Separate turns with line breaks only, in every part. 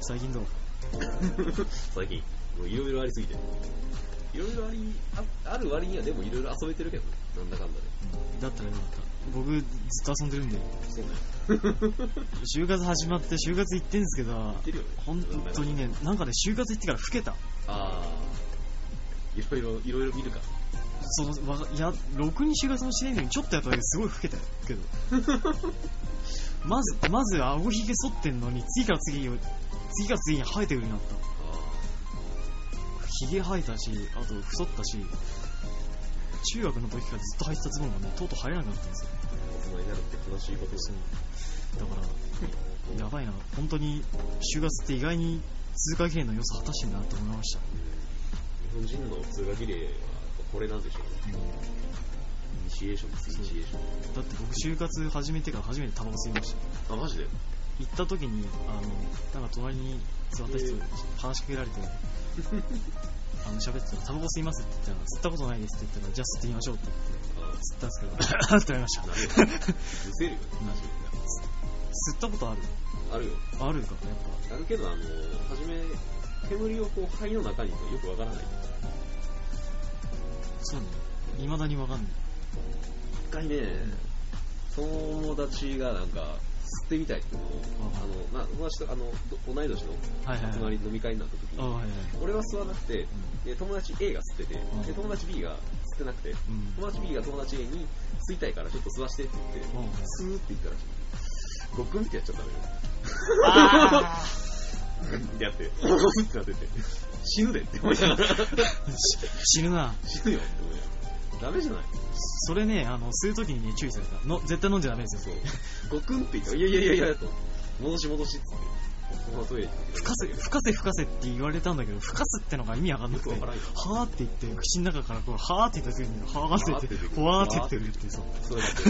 最近どう
最近、もういろいろありすぎて。いろいろあり、あある割にはでもいろいろ遊べてるけどね。なんだかんだで。
だったらよかった。僕、ずっと遊んでるんで。
そうね。
就活始まって、就活行ってんすけど
言っ、てるよね。
本当にね、なんかね、就活行ってから老けた。
ああ。いろいろ、いろいろ見るか。
その、わかいや、ろくに就活もしてないのに、ちょっとやっただけですごい老けたけど。 まず、まず、顎ひげ剃ってんのに、次から次に、次から次に生えてくるようになった。
あ
ひげ生えたし、あと太ったし、中学の時からずっと履いてたズボンがね、とうとう入らなくなったんですよ。
あ。大人になるって悲しいことですね。
だから、やばいな、本当に、就活って意外に通過経営の良さ果たしてんだなと思いました。
日本人の通学儀礼は、これなんでしょうね。イニシエーションです、イニシエーション。
だって僕、就活始めてから初めてタバコ吸いました。
あ、マジで
行った時に、あの、なんか隣に座った人に話しかけられて、あの、喋ってたら、タバコ吸いますって言ったら、吸ったことないですって言ったら、じゃあ吸ってみましょうって言って、
あ
吸ったんですけど、あってなりました。
あ。なるほど。むせるよね。確か
吸ったことある
に。あるよ。
あるか、やっぱ。
あるけど、あの、初め、煙をこう、肺の中にとよくわからない。
そうね。未だにわかんない。
一回ね、友達がなんか、吸ってみたいっていうのを、あの、まあ、友達と、あの、ど同い年の
はいはい
集
は
ま
い。
り飲み会になった時
ああ、
に、
はいはい。
俺は吸わなくて、で友達 A が吸ってて、で友達 B が吸ってなくて、
うん。うん。
友達 B が友達 A に吸いたいからちょっと吸わしてって言って、スーって言ったらしい。ごっくんってやっちゃったのよ。
あ
グンってやって、 おーってなってて、死ぬでって思いながら、
ー死ぬな。
死ぬよって思いながら。ダメじゃない
それね、あの、吸うときにね、注意された。の、絶対飲んじゃダメです
そ
よ。
う。ごくんって言ったら、いやいやいやいや、と。戻し戻しっつって。ここトイレ行って。
吹かせ、吹かせ吹かせって言われたんだけど、吹かすってのが意味わかんな
よ
くて
くわ。からんよ。
はーって言って、口の中からこう、はーって言った時に、はーって言って、ほわーって言ってるって、そう。
そうやって。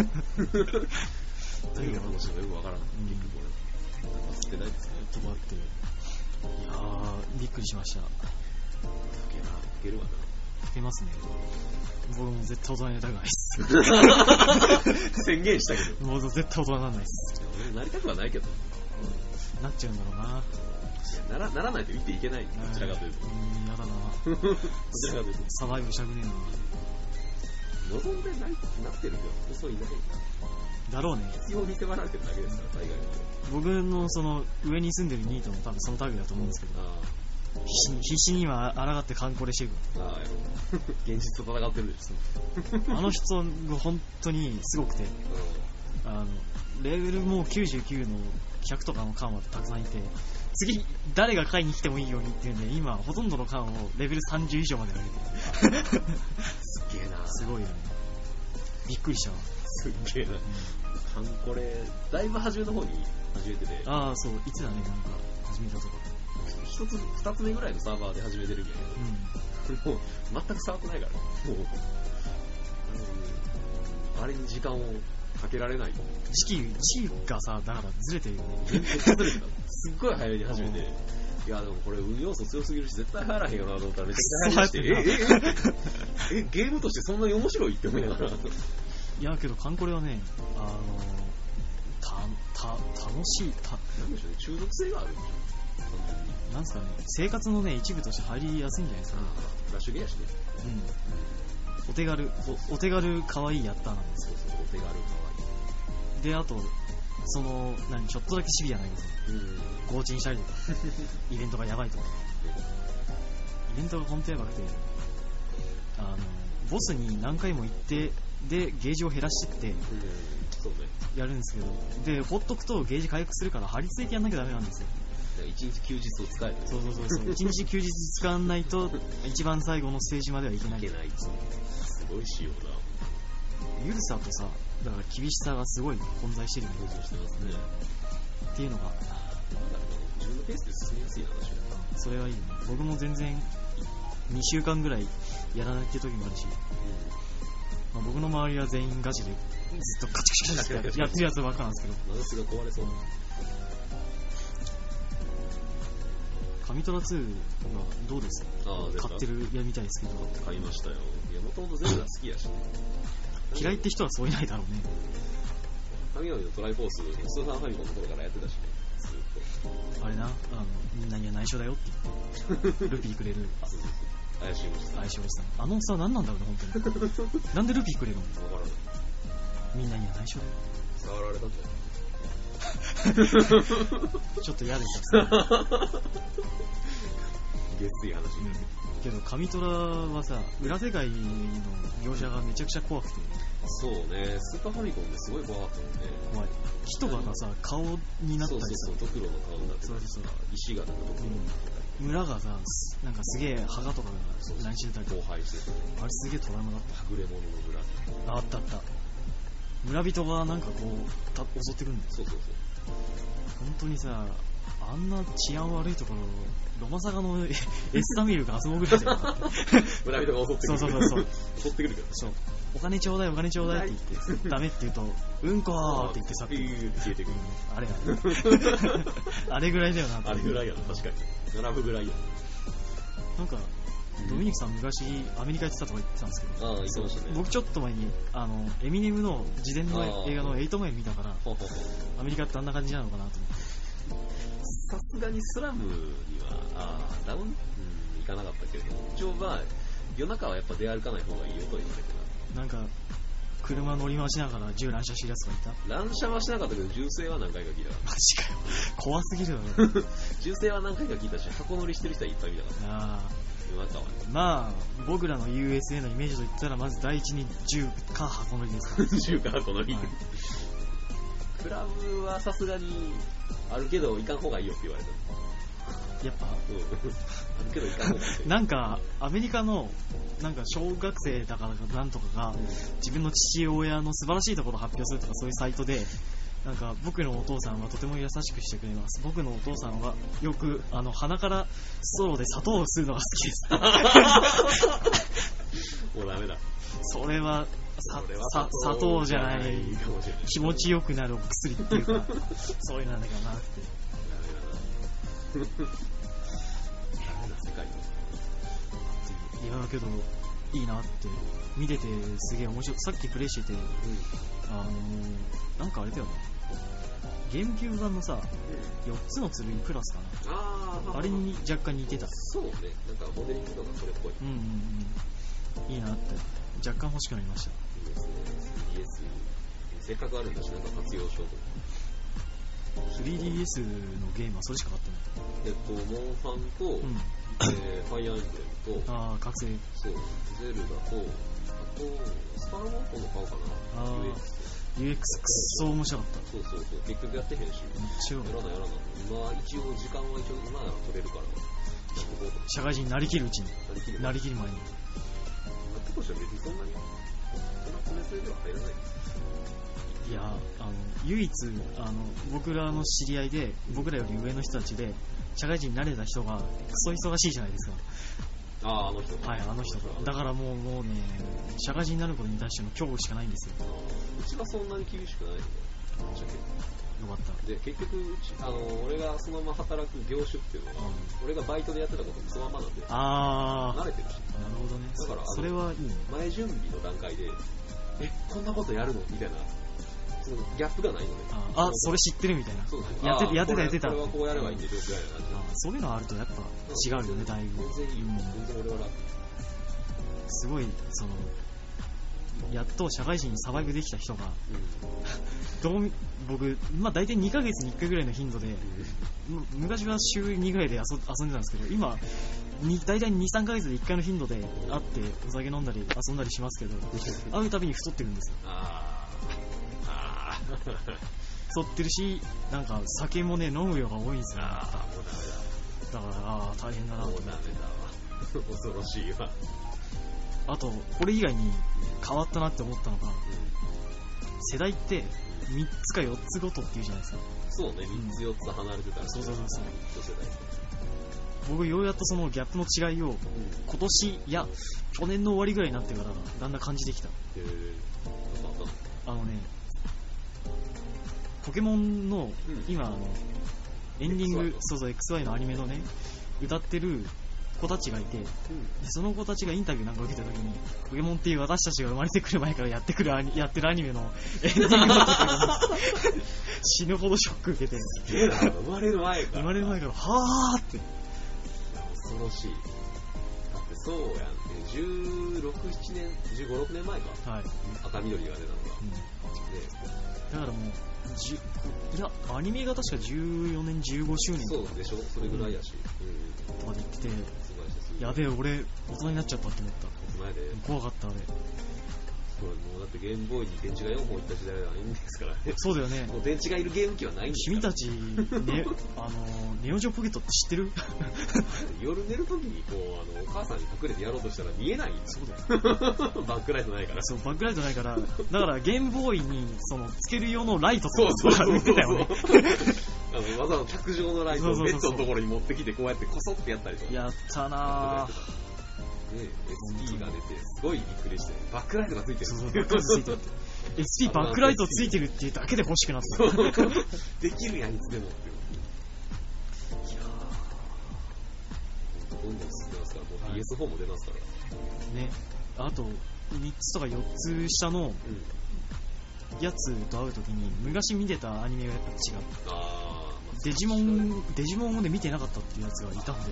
何が楽しいのかよくわからん。
ん
結局俺。なんか吸ってないですね。
とかあって。いやー、びっくりしました。
溶けな、溶けるわな。
吹けますね。僕もう絶対大人になりたくないです。
宣言したけど。
もう絶対大人にならないです。
俺 なりたくはないけど。
なっちゃうんだろうな。
なら、ならないと生きていけない。どちらかというと。
う
ど
ん、やだな。
ちらかというと。
サバイブしたくねえな。
望んでないなってるけど、そういない。
だろうね。
必要に迫られてるだけですから、海外に。
僕のその上に住んでるニートも多分その類だと思うんですけど、
あ
必死に必死に今抗って観光でしていく。
あ、ああ、やろう。 現実と戦ってるでしょ。
あの人が本当にすごくて、あの、レベルもう99の100とかの缶はたくさんいて、次、誰が買いに来てもいいようにっていうんで、今、ほとんどの缶をレベル30以上まで上げてる。
すっげえな。
すごいよね。びっくりしたわ。
すっげえな。カンコレ、だいぶ初めの方に始めてて、
ああ、そう、いつだね、なんか、始めたとか。
一つ、二つ目ぐらいのサーバーで始めてるんや
う
けど、もう、全く触ってないから、もう、あのあれに時間をかけられない。
ん。時期、時期がさ、だからずれてるよね。
全然崩れてた。すっごい早めに始めて、いや、でもこれ運要素強すぎるし、絶対入らへんよなと思ったらめちゃくちゃ入りまして、え、え、え、え、ゲームとしてそんなに面白いって思いながら、
いやけど、カンコレはね、あのた、た、楽しい、た、
なんでしょうね、中毒性がある。完全に
なんすかね、生活のね、一部として入りやすいんじゃないですか。
フラッシュゲーやしね。
うん。お手軽、おお手軽、かわいいやったなんです。
そうそう、お手軽かわ
で、あと、その、何、ちょっとだけシビアなです
いい。うん。
強沈したり とか、イベントがやばいとか。イベントが本当やばくて、あの、ボスに何回も行って、で、ゲージを減らしてって
うんそうね。
やるんですけど、で、ほっとくとゲージ回復するから張り付いてやんなきゃダメなんですよ。
だから一日休日を使え
そうそうそう そう。一日休日使わないと、一番最後のステージまではいけな。
ないい
ゆ
け
る
ないすごい仕様だ。
さとさ、だから厳しさがすごい混在してるよね
登場してますね。
っていうのが、
なんだろう自分のペースで進みやすい話だな。
それはいいね。僕も全然、2週間ぐらいやらないって時もあるし、まあ、僕の周りは全員ガチで、ずっとカチカチカ チってやってるやつばっかなんですけど、
マウスが壊れそう。
カミトラ2はどうですか
ああ、ゼルダ
買ってるやみたいですけど、
買いましたよ。いや、もともとゼルダ好きやしね。
嫌いって人はそういないだろうね。
神々のトライフォース、スーファンファミコンの頃からやってたしね、ずーっと。
あれな、あの、みんなには内緒だよって言 って、ルピーくれる
あ、そうそうそう。怪しいもした。
相性おじさん。あのおっさん何なんだろうね、本当に。なんでルピーくれるの
わからない。
みんなには内緒だよ。
触られたんじ
ちょっと嫌でした。
ゃないげつい話
うん
です。
けど、神虎はさ、裏世界の描写がめちゃくちゃ怖くて、
そうね、スーパーファミコンですごい怖かったもんね。
怖い。木とかがさ、顔になった
そう
り
そう
さ
そう、、ドクロの顔になってた
そう
り
そう
とか、石がなんかドクロになってたり、
村がさ、すなんかすげえ墓とか
そう
が乱してたりとか、
荒廃してたり、
あれすげえトラウマだっ
はぐれ者の村とか
た。ああったあった。村人がなんかこう、た襲ってくるんだよ。
そうそうそう。
本当にさ、あんな治安悪いところ、ロマサガのえ エスタミルがあそこぐらいだ よ。
村人が襲ってくる。
そうそうそう
襲ってくるけど。
そう。お金ちょうだい、お金ちょうだいって言って、ダメって言うと、うんこーって言ってさ、
ピーって消えてくる。
あれあれ。あれぐらいだよなって
あれぐらいやな、確かに。並ぶぐらいや
なんか、ドミニクさん昔アメリカ行ってたとか言ってたんですけど、
ああ、言ってましたね。
僕ちょっと前に、あの、エミネムの事前
あ
の
ー
映画の8マイル見たから、
ほうほうほう
アメリカってあんな感じなのかなと思って。
さすがにスラムには、あーダウン、うん、行かなかったけれども、一応まあ、夜中はやっぱ出歩かない方がいいよとは言われて
なんか、車乗り回しながら銃乱射してるやつがいた
な。乱射はしなかったけど、銃声は何回か聞いたか
マジかよ。怖すぎるよ ね。
ら。銃声は何回か聞いたし、箱乗りしてる人はいっぱい見たか
あ
ら。夜中はね。
ーまあ、僕らの USA のイメージと言ったら、まず第一に銃か箱乗りですか
銃か箱乗り。
はい
クラブはさすがに、あるけど行かん方がいいよって言われた。
ら。やっぱ、
うん。あるけど行かん方がいいよ。
なんか、アメリカの、なんか小学生だからかなんとかが、自分の父親の素晴らしいところを発表するとかそういうサイトで、なんか僕のお父さんはとても優しくしてくれます。僕のお父さんはよくあの鼻からストローで砂糖を吸うのが好きです。
もうダメだ。
それはさ
それ
さ砂糖じゃない。
かもしれない。
気持ちよくなるお薬っていう か、そういうのなんだかなって。
ダメだな。ダメな世界だ。
いやだけど、いいなって。見ててすげえ面白い。さっきプレイしてて、あのーなんかあれだよね。ゲームキューブ版のさ、4つの剣プラスか
あー
な。あれに若干似てた。
そうねなんかモデリングとかそれっぽい
うんうんうん。いいなって。若干欲しくなりました。
いいですね 3DS せっかくあるんだしなんか活用しようと
3DS のゲームはそれしか買ってない。
えっとモンハンと、
うん。
えーファイアーエンブレムと
ああ、覚醒。
そうゼルダとあとスパラモンコの買おうか
あ
な
ー
UX
UX くっそ面白かった。
そうそうそう結局やってへんし
一応
や、らないやらないまあ一応時間は一応今なら取れるから結構
社会人になりきるうちに、
なりきる
な
り
りきる前に。
なってこしは別にそんなにそんな詰め詰めでは入らない
いやー、あの、唯一、あの、僕らの知り合いで、僕らより上の人たちで、社会人になれた人が、クソ忙しいじゃないですか。
あああの人
はい、あの人だからもう、もうね、社会人になることに対しての恐怖しかないんですよ。
あーうちはそんなに厳しくないのでぶっちゃけ
よかった。
で結局うちあの俺がそのまま働く業種っていうの
う
は
ん
俺がバイトでやってたこともそのままなんで
あ
慣れてるし
ー、なるほどね。
だからあの
そそれはいいね。
前準備の段階でえこんなことやるのみたいなそのギャップがないので
あーあ、それ知ってるみたいな。
そうそう
やって
あー
やってた
これ
やってた
これはこうやればいいんでしょぐらいな
あ
感
ーそういうのあるとやっぱ違
じ
うよね、だいぶ。
全然いいよ
うん
全然俺は楽
すごい、その、やっと社会人にサバイブできた人が、どう僕、まあ大体2ヶ月に1回ぐらいの頻度で、む昔は週2ぐらいで遊遊んでたんですけど、今、に大体2、3ヶ月で1回の頻度で会ってお酒飲んだり遊んだりしますけど、
うん
会うたびに太ってるんですよ。
あーあー
太ってるし、なんか酒もね、飲む量が多いんですよ。だか
あーもうダメだ
ら、ああ、大変だな
もう
と。
ダメだわ恐ろしいわ、
あと、これ以外に変わったなって思ったのが、世代って3つか4つごとっていうじゃないですか。
そうね3つ4つ離れてたら
そうそうそうそう
一世代
僕、ようやっとそのギャップの違いを、今年、いや、去年の終わりぐらいになってから、だんだん感じてきた。
へえよかっ
あのね、ポケモンの
うん
今、あのエンディン
XY
グ
の、
そうそう、XY のアニメのね、歌ってる子たちがいて、でその子たちがインタビューなんか受けた時に、ポケモンっていう私たちが生まれてくる前からやってくるアニ、 やってるアニメのエンディングだったから、死ぬほどショック受けて、
すげえな、生まれる前から。
生まれる前
か
から、はぁーって。
ら。恐ろしい。だってそうやんって、16、7年、15、6年前か。
はい。
赤緑が出たのが。
うん
で、
だからもう、じゅいや、アニメが確か14年15周年
そうでしょそれぐらいやし。うん。うん、
とかで言ってて、
すごいし、すごい。
やべえ、俺、大人になっちゃったって思った。
前で、
怖かった、あれ。
これもうだってゲームボーイに電池が4本いった時代はないんですからね。
そうだよね
も。う電池がいるゲーム機はないんです
君
から
たち、ね、あの、ネオジオポケットって知ってる
夜寝る時にこう、あの、お母さんに隠れてやろうとしたら見えないんです
そうだよ。
よバックライトないから。
そう、バックライトないから、だからゲームボーイに、その、つける用のライト
そう
と
そう
か
そう
売っ
そ
て
う。
たよね。
あの、わざわざ卓上のライトをベッドのところに持ってきて、こうやってこそってやったりとか。
やったなぁ。
で、SP が出て、すごいびっくりして、バックライトがついてる。
そうそう、バックライトついてるって。SP バックライトついてるっていうだけで欲しくなった。いや
できるやん、いつでもっていう。どんどん進んでますから、もう PS4 も出ますから。
ーね。あと、3つとか4つ下の
うん。
やつと会うときに、昔見てたアニメがやっぱ違う。
あー、まあ
デジモン、デジモンをね、見てなかったっていうやつがいたんで、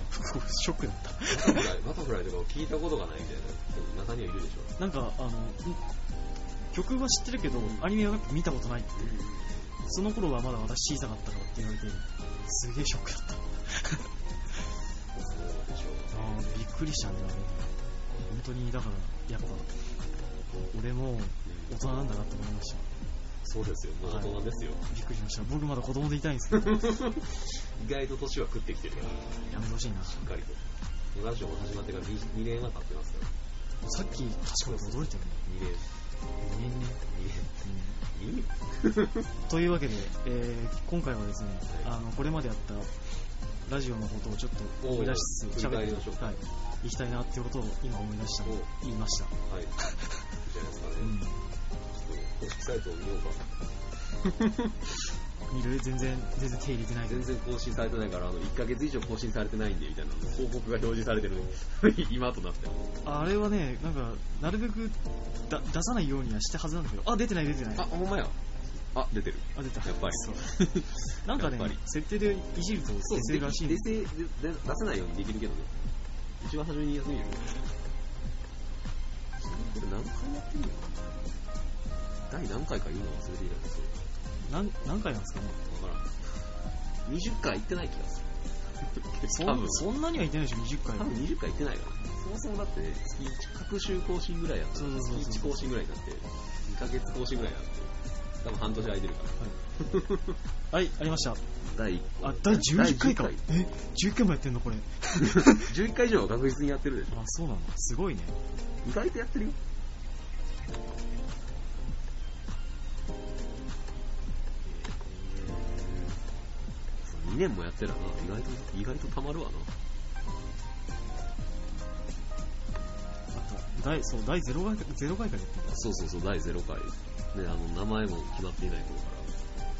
ショックだった。
バタフライ、バタフライとかを聞いたことがないみたいな。中にはいるでしょ。
なんか、あの、曲は知ってるけど、アニメはやっぱ見たことないって。その頃はまだ私小さかったからって言われて、すげえショックだった。
そうでしょう。
あーびっくりしたね、あれ。本当に、だから、やっぱ、俺も大人なんだなって思いました。
そうですよ、もう大人ですよ。
びっくりしました。僕まだ子供でいたいんですけど、
意外と年は食ってきてるから、し
やめてほしいな。
っかりと。ラジオも始まってから 2, 2年は経ってますから。
さっき、確かに驚いたよね。
2
2年
年、
ね。う
2年、2年
んというわけで、えー今回はですね、あの、これまでやったラジオのことをちょっと思い出しつつ、
おー振り返り
っ
ましょう
て、はい、行きたいなっていうことを今思い出したので
お
言いました。
はい。いいじゃないですかね。
うん
ちょっと公式サイトを見ようか。
見る全然、全然手入れてないけど
全然更新されてないから、あの、1ヶ月以上更新されてないんで、みたいな、報告が表示されてる の今となっても。
あれはね、なんか、なるべくだ出さないようにはしたはずなんだけど、あ、出てない出てない。
あ、
あ、
ほんまや。あ、出てる。
出た。
やっぱり
そう。 なんかね
やっぱり、
設定でいじると
そう
出、せるらしいん
で
で
出せで出せないようにできるけどね。一番初めにやってみるこれ何回やってるの第何回か言うの忘れていたんですよ。
なん何回なんですかね。
わからん。20回行ってない気がす
そ
る。 多
ん
分
そんなにはいってないでしょ、20回
多。分20回行ってないから。そもそもだって、月1、各週更新ぐらいやった
そうそうそうそう
月1更新ぐらいになって、2ヶ月更新ぐらいになって、多分半年空いてるから。
はい、ありました。
第
あ、第11回か
第。
え、11回もやってんのこれ。
11回以上は確実にやってるでし
あ、そうなのすごいね。
ょ。意外とやってるよ。2年もやってるな。意外と、意外と溜まるわな。
あと、第、そう、第0回、0回からやってんだ。
そうそうそう、第0回。ね、あの、名前も決まっていない頃か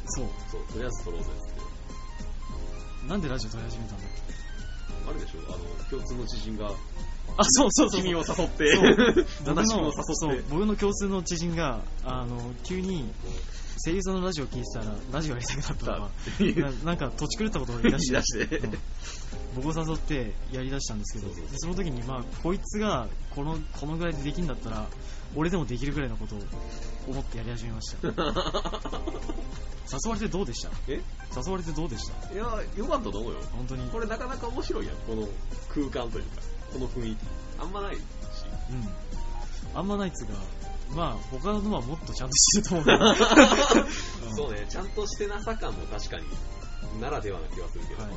そう。
ら。そう、とりあえず撮ろうぜっつって。
なんでラジオ撮り始めたんだっけ
あれでしょあの、共通の知人が、
あ、そうそうそうそう。
君を誘っ
そう
て、
僕の
七七を
そ
誘っ
う
て、
僕の共通の知人があの急に声優さんのラジオ聞いてたらラジオやりたくなったとか
言い
ななんか土地狂ったことを言い出して
出して
う。ん僕を誘ってやりだしたんですけど
そうそうそう
でその時にまあこいつがこのこのぐらいでできるんだったら俺でもできるぐらいのことを思ってやり始めました誘われてどうでした
え
誘われてどうでした
いや、よかったと思うよ。
本当に
これなかなか面白いやん、この空間というか、この雰囲気。あんまないし。
うんあんまないっつうかまあ他のはもっとちゃんとしてると思うけ ど、うん
そうね、ちゃんとしてなさ感も確かに、ならではな気はするけど。
はい。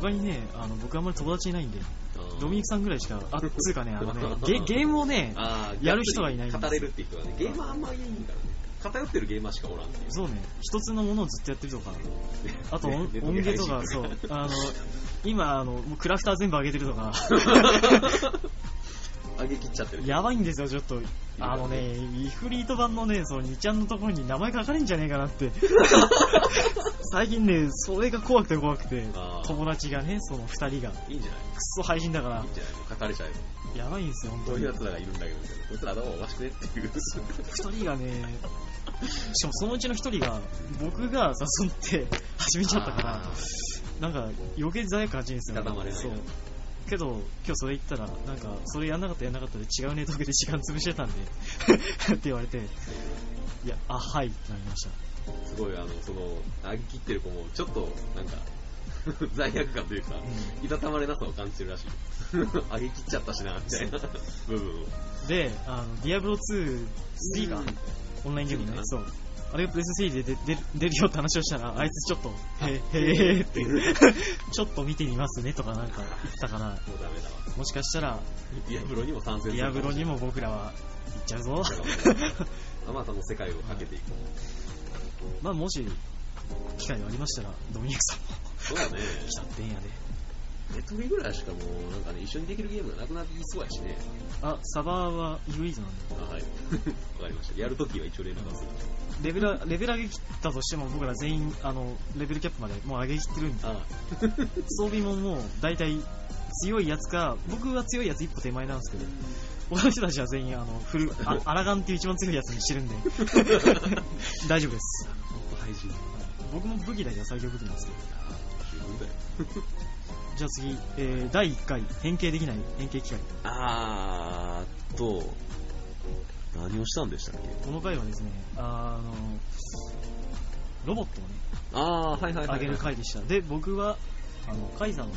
他にね、あの、僕あんまり友達いないんで、ドミニクさんぐらいしか、あ、つうかね、あのね、 ゲゲームをね、
あー
やる人がいないんです
語れるって人はね、ゲーマーあんまりいないからね。偏ってるゲーマーしかおらんっていう。
そうね、一つのものをずっとやってるとか、あと、
ね
音
ネット
音
ゲー
源とか、
配
そ
信
う、 あの、今、あの、もうクラフター全部上げてるとか、
上げきっちゃってる。
やばいんですよ、ちょっと。あのね、イフリート版のね、その2ちゃんのところに名前書かれんじゃねえかな って。最近ね、それが怖くて怖くて
あ、ー
友達がね、その2人が、ク
いいんじゃない
ソ配信だか
い
ら
いん、じゃない書かれちゃえば。
やばいんですよ、本
こ
当
うい
に
う。奴らがいるんだけど、みたいな。こいつら頭おかしくねっていう。
2人がね、しかもそのうちの1人が、僕が誘って始めちゃったから、
あー
なんか余計罪悪感じるんですよ、
いたたまれないな
そうけど今日それ言ったらなんかそれやんなかったやんなかったで違うネタで時間潰してたんで って言われていやあはいってなりました
すごい、あの、その、上げきってる子も、ちょっと、なんか、 罪悪感というか、いたたまれなさを感じてるらしい。 上げきっちゃったしな、みたいな部分を。
であのディアブロ23がオンラインゲームね
うん
そうあれがプレス3で出出る出るよって話をしたらあいつちょっとへへへって ちょっと見てみますねとかなんか言ってたから
もうダメだわ。
もしかしたら
ディアブロにも参
デ
戦す
ィ
るか
ア
も
ブ
しれな
ロ
い
にも僕らは行っちゃうぞ
あまたの世界をかけていこう。
まあもし機会がありましたらドミニクさんも
そうだね。
来たってんやで
ネットリぐらいしかもう、なんかね、一緒にできるゲームがなくなっていそうやしね。
あサバーはイブイズなんで
あ、はい。わ かりました。やるときは一応連絡はする。
レベルレベル上げ切ったとしても僕ら全員あのレベルキャップまでもう上げ切ってるんで
あ
装備ももう大体強いやつか僕は強いやつ一歩手前なんですけど他の人たちは全員あのフルあアラガンっていう一番強いやつにしてる んで大丈夫です
本当配信。
僕も武器だけは最強武器なんですけど
あ十分だよ。
じゃあ次、えー第1回変形できない変形機械
あーっと、何をしたんでしたっけ
この回はですねあのロボットをね
あー、はいはいはい、は
あ
い。
げる回でした。で、僕は、あの、カイザーの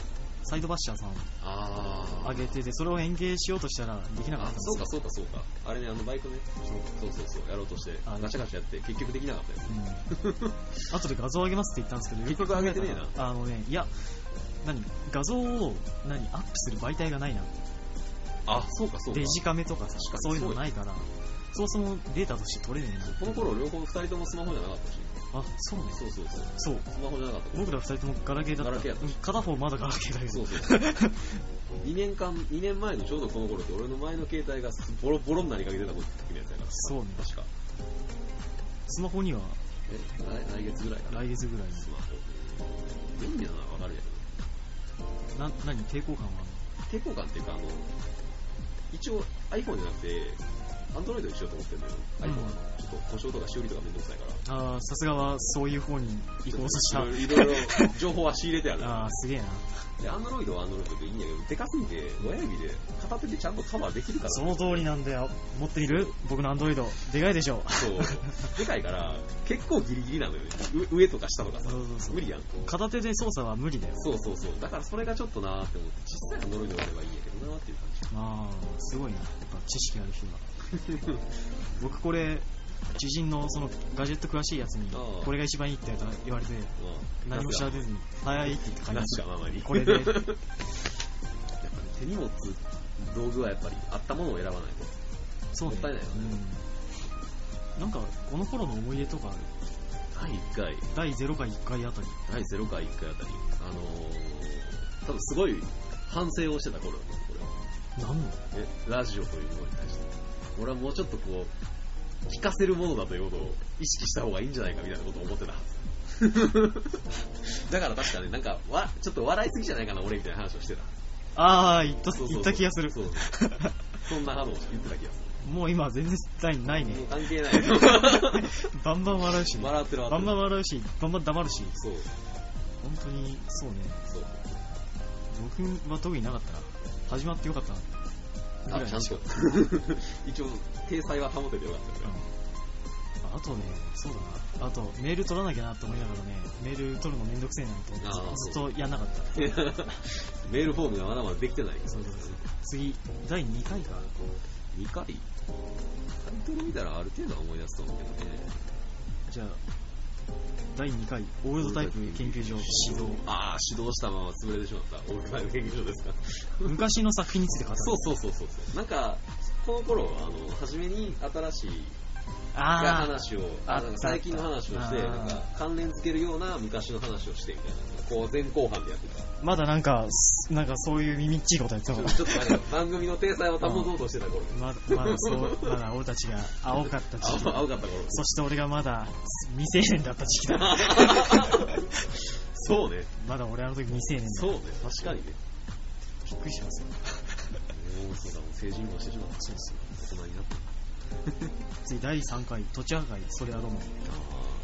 サイドバッシャーさんを
あー。
あげてて、それを変形しようとしたらできなかった
あ
んで
そう
す
か
よ。
そうかそうか。あれね、あのバイクね。そうそうそう。やろうとして、
あの
ガチャガチャやって、結局できなかったよ。
うん。後で画像上げますって言ったんですけど、
結局上げてねえな
よく考えたらあのね、いや、何画像を、何アップする媒体がないな。
あ、そうかそうか。
デジカメとかさ
確か、に
そういうのないから、そもそもデータとして取れねえ
この頃、両方二人ともスマホじゃなかったし。
な。あ、そうね。
そうそうそう。
そう。
スマホじゃなかったから
僕ら二人ともガラケーだった。
ガラケーやった
うん片方まだガラケーだけど。
そうそうそう。2年間、2年前のちょうどこの頃って、俺の前の携帯がボロボロになりかけてた時のやつやから。
そうね
確か。
スマホには
え、来来月ぐらいかな。
来月ぐらいに。
スマホ。便利なのはわかるや
な、何抵抗感はあるの
けど。抵抗感っていうか、あの、一応 iPhone じゃなくて、Android にしようと思ってるんだけど、
うん
iPhone はちょっと故障とか修理とかめんどくさいから。
ああ、さすがはそういう方に移行させ
いろいろいろいろ情報は仕入れてある。
た。ああ、すげえな。
で、Android は Android でいいんだけど、でかすぎて、親指で片手でちゃんとカバーできるから。
その通りなんだよ。持っている僕のアンドロイド。でかいでしょ。
そう。でかいから、結構ギリギリなのよね。う上とか下とかさ。
そうそうそう
無理やん。
片手で操作は無理だよ。
そうそうそう。だからそれがちょっとなーって思って、小さいアンドロイドがあればいいんやけどなーっていう
ああ、すごいな。やっぱ知識ある人だ。 僕これ、知人のそのガジェット詳しいやつに
あー、
これが一番いいって言われて、
感
何
じ。
も知ら
ず
ずに、早いって言って買いま
なし
し
か
た。
ままに。
これ で
やっぱり手に持つ道具はやっぱりあったものを選ばない
そうね。
もったいないよね
うん。なんか、この頃の思い出とかある、
と。第1回、
第0回1回あたり。
第0回1回あたり、あのー、多分すごい反省をしてた頃だと思うこれは。
何の
えラジオというものに対して俺はもうちょっとこう聞かせるものだということを意識した方がいいんじゃないかみたいなことを思ってたは ずだから確かねなんかわちょっと笑いすぎじゃないかな俺みたいな話をしてた
ああ、言った、
そうそうそ
言
う
った気がする
そ。うそんな話を言ってた気がす
もう今は全然ないない
る
ね
もう。関係ない
バンバン笑うし、
笑ってる笑ってる
バンバン笑うし、バンバン黙るし、
そう
本当にそうね、
そう
僕は特になかったな。始まってよかったな。
あちゃんと 一応体裁は保ててよかったよね
うんあとね、そうだな。あと、メール取らなきゃなと思いながらね、メール取るのめんどくせえなと思
あ
っ
ー
て、ずっとやんなかった。
メールフォームがまだまだできてない
そうそうそう次、第2回か。
2回タイトル見たらある程度は思い出すと思うけどね
じゃあ、第2回、オールドタイプ研究所 指導。
ああ、指導したまま潰れてしまった。オールマイの研究所ですか。
昔の作品について語る。
そうそうそうそうそう。なんか、この頃、あの、初めに新しい
あ
が
あ、
話を、
あ
あなんか最近の話をして、
あった
なんか関連付けるような昔の話をしてみたいな、こう前後半でやってた。
まだなんか、すなんかそういう耳っちいことやってた
ち
か
ょ
ら。
ちょっとなんか番組の体裁を保とうとしてた頃。
ままだそう、まだ俺たちが青かった時期
青。青かった頃。
そして俺がまだ未成年だった時期だ。
そうね。
まだ俺あの時未成年だ。
そうね。確かにね。
びっくりしますよ。
もうそうだ、もう成人もしてしまった。
そうです
大人になった。
次、第3回、土地破壊、それはどうも。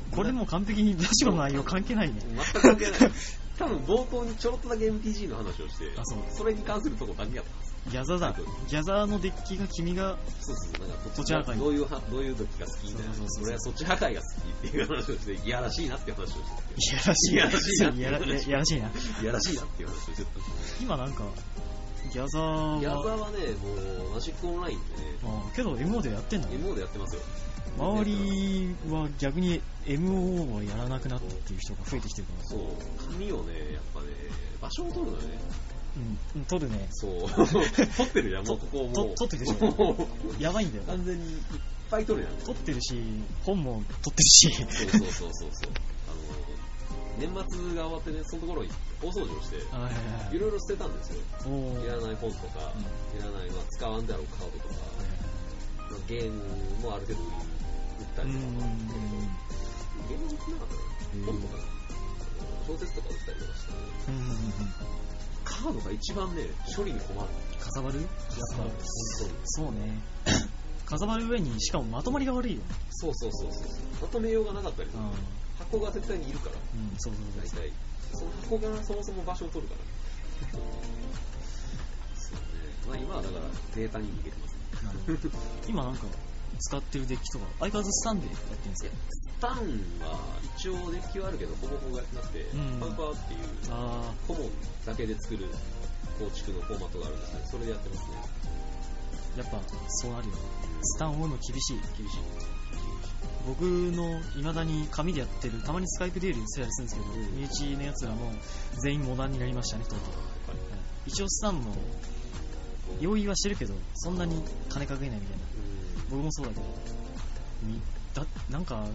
あー
これ。もう完璧にラジオの内容関係ないね。
全く関係ない。多分冒頭にちょろっとだけ MTG の話をして、
あそう
それに関するとこだけやった。
ギャザだ。ギャザのデッキが君が、
そうそうそう、なんか
土地破壊
どういうは、どういう時が好きみたい
そうそう
な。
そうそう
俺はそっち破壊が好きっていう話をして、いやらしいなっていう話をして
いやらしい。
いやらしいな
そうやらいやらしいな。
て、いやらしいなっていう話をしてた。
今なんか、ギャザは、
ギャザーはね、もう、マジックオンラインでね、
あけど MO でやってんだね。
MO でやってますよ。
周りは逆に MO はやらなくなったっていう人が増えてきてるから。
そう、紙をね、やっぱね、場所を取るのよね。
うん、取るね。
そう。取ってるじゃん、もうここもう。
と取ってるでしょ
も
やばいんだよ
う。完全にいっぱい取るじゃん。
撮ってるし、本も撮ってるし、
そうそうそうそうそう。あの、年末が終わってね、そのところに大掃除をして、
はいはい
いろいろ捨てたんですよ。
はいもう
いらない本とか、いらない、まあ、使わんだろうカードとか、まあ、ゲームもある程度売った
う
りとか
ん
もあって、ゲームも売ってなかった
うん
な本とか、小説とか売ったりとかして、カードが一番ね、処理に困る。
かさばるやっぱ
本、当に
そう ね。かさばる上に、しかもまとまりが悪いよ。
そうそうそうそう。まとめようがなかったりと
う
か
ん、うん、
箱が絶対にいるから、
そうそう
大
そう。
体。その箱がそもそも場所を取るから。そうね。まあ今はだからデータに逃げてますね。
なるほど今なんか、使ってるデッキとか、相変わらずスタンでやってるんです
い
よ
や。スタンは一応デッキはあるけど、ほぼほぼやってなくて、
ん
パウパーっていう、
あ
顧問だけで作る構築のフォーマットがあるんですけど、それでやってますね。
ーやっぱ、そうなるよ。スタンを追うの厳しい。
厳しい。
僕の未だに紙でやってる、たまにスカイプデュエルにせたりするんですけど、
うん
身内のやつらも全員モダンになりましたね、とうとう。はい一応スタンの用意はしてるけど、そんなに金かけないみたいな。僕もそうだけど。みだ、なんか、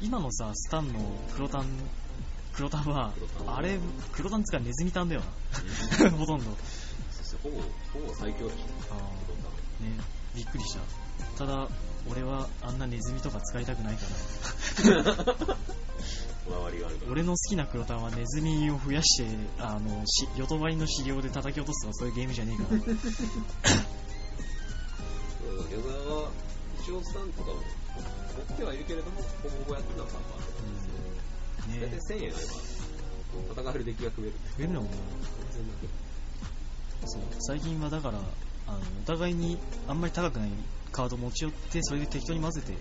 今のさ、スタンの黒タン、黒タンは、あれ、黒タンつかネズミタンだよ な。ほとんど。
そしてほぼ、ほぼ最強でし
あ
ょ、
ー
黒タン
ね、びっくりした。ただ、俺はあんなネズミとか使いたくないから。
こだわりがあるから。
俺の好きな黒タンはネズミを増やして、あの、し、ヨトバリの修行で叩き落とすとかそういうゲームじゃねえから。
うん矢沢は、一応スタンとかを持ってはいるけれども、ほぼほぼやってるのはパンパン
うん
大体
ね
1000円あれば、戦えるデッキが組める。
増えるのもな。
全然なく
そう最近はだからあのお互いにあんまり高くないカード持ち寄ってそれで適当に混ぜて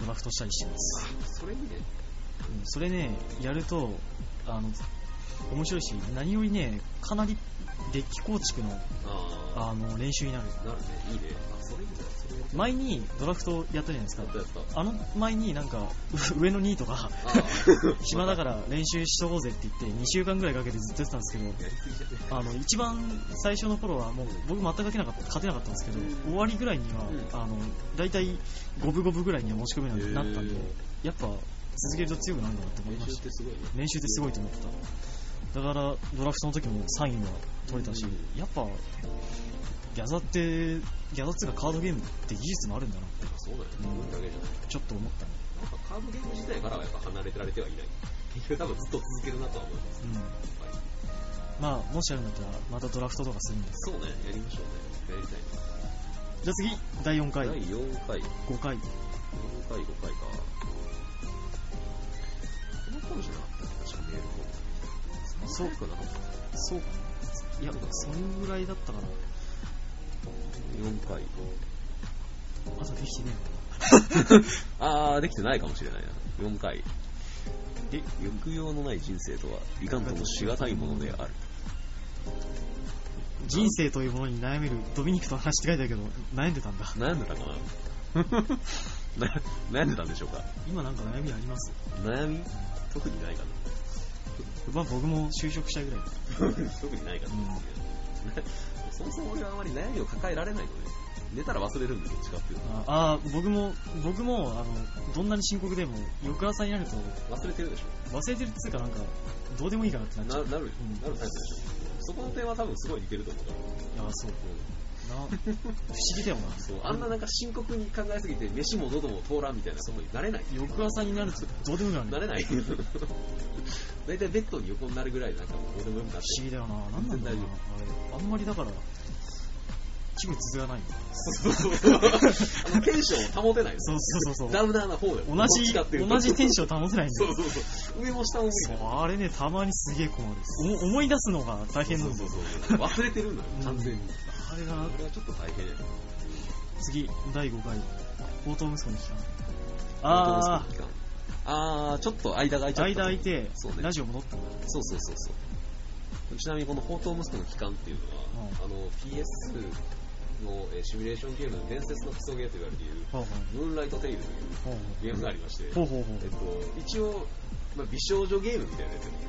ドラフトしたりしてます、
それにね、
うんそれねやるとあの面白いし何よりねかなりデッキ構築の
あ
あの練習になる
あ、なるね、いいね。あ、それいいんだよ、それや
前にドラフトやったじゃないですか
ったやった。
あの前になんか う上の2位とか
ああ
暇だから練習しとこうぜって言って2週間ぐらいかけてずっとやってたんですけど
やりすぎじゃね
あの一番最初の頃はもう僕全く勝てなかった勝てなかったんですけど、
うん
終わりぐらいには、
うん
あの大体五分五分ぐらいには持ち込めるようになったんで、
へ
やっぱ続けると強くなるんだなって思い
練
ま
習
し
ったてすごいね。
練習ってすごいと思っただからドラフトの時もサインは取れたし、
う
やっぱギャザってギャザっつうかカードゲームって技術もあるんだなって
そうだよね。
うん
運だけじゃない。
ちょっと思ったね、
なんかカードゲーム自体からはやっぱ離れられてはいない。結局多分ずっと続けるなとは思います。
うん、
はい、
まあもしあるんだったらまたドラフトとかするんです
そうね、やりましょうね。やりたいな。
じゃあ次第4回
第4回、4
5回
回、5回か。この頃じゃなかった確かメールも。
そう
かなかった。
そうかないやそんぐらいだったかな
4回。
あとできてね
あー、できてないかもしれないな。4回。
え
抑揚のない人生とは、いかんともしがたいものである。
人生というものに悩めるドミニクとの話って書いてあるけど悩んでたんだ
悩んでたかな な悩んでたんでしょうか
今なんか悩みあります
悩み特にないかな。
まあ僕も就職したいぐらいだ
特にないか
うん
なそもそも俺はあまり悩みを抱えられないので、寝たら忘れるんですよ、どっちかっていうと。
ああー、僕も、僕も、あの、どんなに深刻でも、翌朝になると、
忘れてるでしょ。
忘れてるっつうかなんか、どうでもいいかなってなっちゃ
な
う。
なる、
うん
なるタイプでしょ。そこの点は多分すごい似てると思うから。
いや、そう。な、不思議だよな。
そうあんななんか深刻に考えすぎて、飯も喉も通らんみたいなことになれない。
翌朝になると、どうでもいいからね
なれない 大体ベッドに横になるぐらいなんかもうどうでもよくなっ
不
て
思議だよな。なんなんだろうな。あれ、あんまりだから、気分続かない。
あのテンションを保てない
そうそうそうそう
ダウナーな方で
同じ、同じテンション保てないんだ
そう
よ。
そうそう上も下も無理
そう、あれね、たまにすげえ困る。お思い出すのが大変な
そ
ん
う
です
そう
よ。
そう忘れてるんだよ完全に
うんあれ
あ
が、
れはちょっと大変や
次、第5回、高等息子に聞かない。あ
ああーちょっと間が空い
ー、
ち
間
ゃった
空いて
そう、ね
ラジオ戻ったんだ。
そうそうそうそうちなみにこの「放蕩息子の帰還」っていうのは、あの PS のえーシミュレーションゲームの伝説のクソゲーと言われている
ほうほう
ムーンライトテイルという
ほう
ゲームがありまして、
ほう。ほうほうほ
えっと、一応、まあ、美少女ゲームみたいなやつやね
う。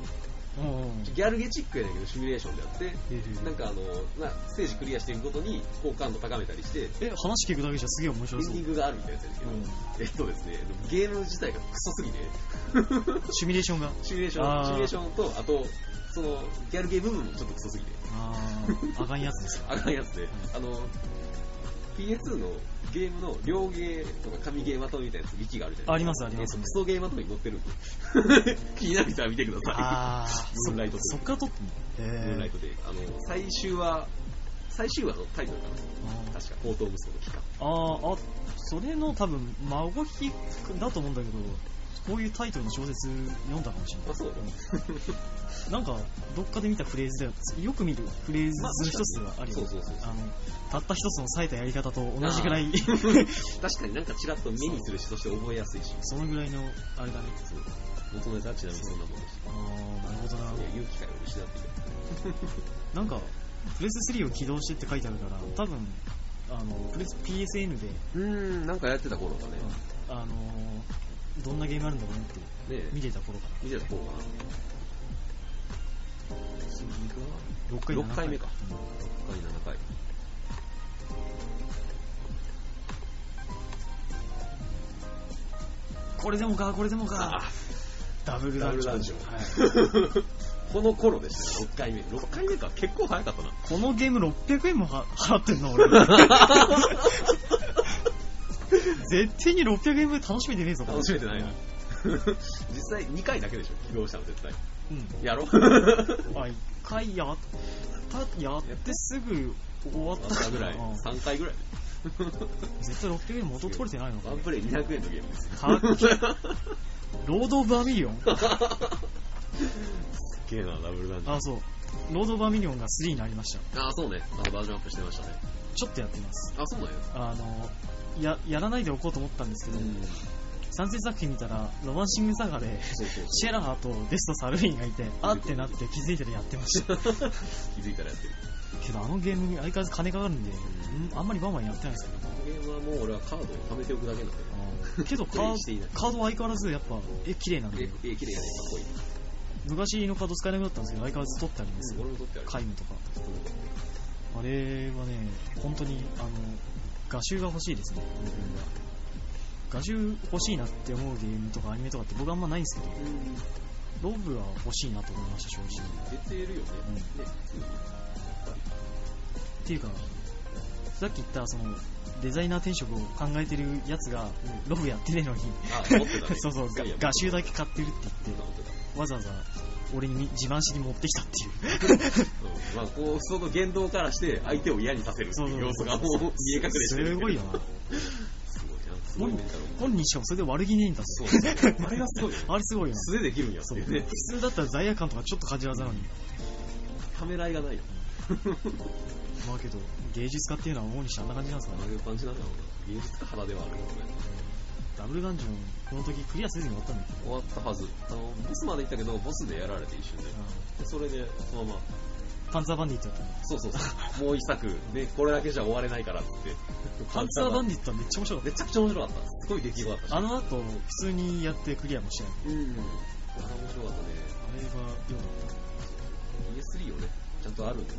ほうほう
ギャルゲチックやねんけどシミュレーションであって
えー
なんかあの、まあ、ステージクリアしていくごとに好感度高めたりしてエン
え、話聞くだけじゃすげえ面
デ
白そう
ィ。ングがあるみたいなやつやねんけど、
うん
えっとですねゲーム自体がクソすぎて
シミュレーションが。
シミュレーショ
あー
ンシミュレーションとあとそのギャルゲー部分もちょっとクソすぎて
あー、あかんやつですよ。
あかんやつで
ん
あの PS2 のゲームの両ゲーとか神ゲーまとめみたいなやつ力があるじゃない
ありますあります
えっとクソゲーまとめに載ってる んで気になる人は見てください
あ ー、
ムーンライト
そそっから撮ってんの
ムーンライ
へ
トで、あの、最終話、最終話のタイトルかな
ー。
確か、高等無双の期間。
あー、あ、それの多分、孫引くだと思うんだけど、こういうタイトルの小説読んだかもしれない。
あそう
うん なんか、どっかで見たフレーズだよ。よく見るフレーズ
まあ
の一つがあるよ
そう
ね。
そうそうそう
あの、たった一つの冴えたやり方と同じぐらい、
確かになんかチラッと目にするし、そして覚えやすいし。
そのぐらいの、あれだね。
そう元ネタはちなみにそんなものでし
あー、なるほど
た。
な。
いや、言う機会を失っていた。
なんか、プレス3を起動してって書いてあるから、多分、あの、プレス PSN で、
うーん、なんかやってた頃だね。
あのー、どんなゲームあるんだろうなって
ね
見てた頃か
見てた頃かな。次が、
ら。6回
六回目か。
7うん
6回、7回。
これでもか、これでも
あ
か。ダブルダ
ダ
ン
ブル
ジョン。
ダンジョン
はい
この頃でしたね、6回目。6回目か、結構早かったな。
このゲーム600円もは払ってんの俺。絶対に600円分楽しみでねえぞ、これ
楽しめてないな。実際2回だけでしょ、起動したの絶対。
うん。
やろう
あ、一回やった、やってすぐ終わった
ぐらい、
うん
3回ぐらい。
絶対600円元取れてないのか
ワ
な
ンプレイ200円のゲームです。
かっけロード・オブ・アミリ オン
すっげえな、ダブルダンジョン。
あ、そう。ロード・オブ・アミリオンが3になりました。
あ、そうね。あバージョンアップしてましたね。
ちょっとやってます。
あ、そうなんや。
あの、や、やらないでおこうと思ったんですけど、参戦作品見たら、ロマンシングサガで、
そうそう
シェラハとデスト・サルーインがいて、あってなって気づいたらやってました。
そう。気づいたらやってる。
けどあのゲームに相変わらず金かかるんで、うんあんまりバンバンやってないんですけど、
このゲームはもう俺はカードを貯めておくだけなんだよ。
あーけどカ
プレ
ー
イしていない
カードは相変わらずやっぱ、え、綺麗なん
え
で、、
え、綺麗やね、かっこいい。
昔のカード使えなくなったんですけど、相変わらず取ってあるんです
うん
よ。
俺も取ってある。
皆無とか。あれはね、本当に、あの、画集が欲しいですね、僕は。画集欲しいなって思うゲームとかアニメとかって僕あんまないんですけど、
うん。
ロブは欲しいなと思いました、正直。
出てるよね。
うん
ね、普通に。
っていうか、さっき言った、その、デザイナー転職を考えてるやつが、ロブやってねえのに、。
あ、持ってたね
そうそう、が
ガ
画集だけ買ってるって言って、わざわざ俺にみ自慢しに持ってきたっていう。
まあ、こう、その言動からして、相手を嫌にさせるっていう要素がもう見え隠 れしてる。
すごいよ。な。
すごいな。すごいメンタル。
本人しかもそれで悪気ねえんだ
そ
ぞ。
うそう。あれがすごいよね。
あれすごいよな。
素でできるんやって
そう
いう
普
ね。
通だったら罪悪感とかちょっと感じられなのに。
ためらいがないよ。
まあけど、芸術家っていうのは主にしてあんな感じなんですかね
ああ。いう感じなんだろうな。芸術家肌ではあるけどね。
ダブルダンジョン、この時クリアせずに終わったんだけど。
終わったはず。あの、ボスまで行ったけど、ボスでやられて一瞬で。でそれで、そのまま、
パンツァーバンディットやったの
そうそうそう。もう一作、ね、これだけじゃ終われないからっつって。
パンツァーバンディットはめっちゃ面白か
め
っ
ちゃくちゃ面白かった。すごい出来よかったし。
た。あの後、普通にやってクリアもしてない。
うん。あれ面白かったね。
あれが良かっ
PS3 をね、ちゃんとあるんで、と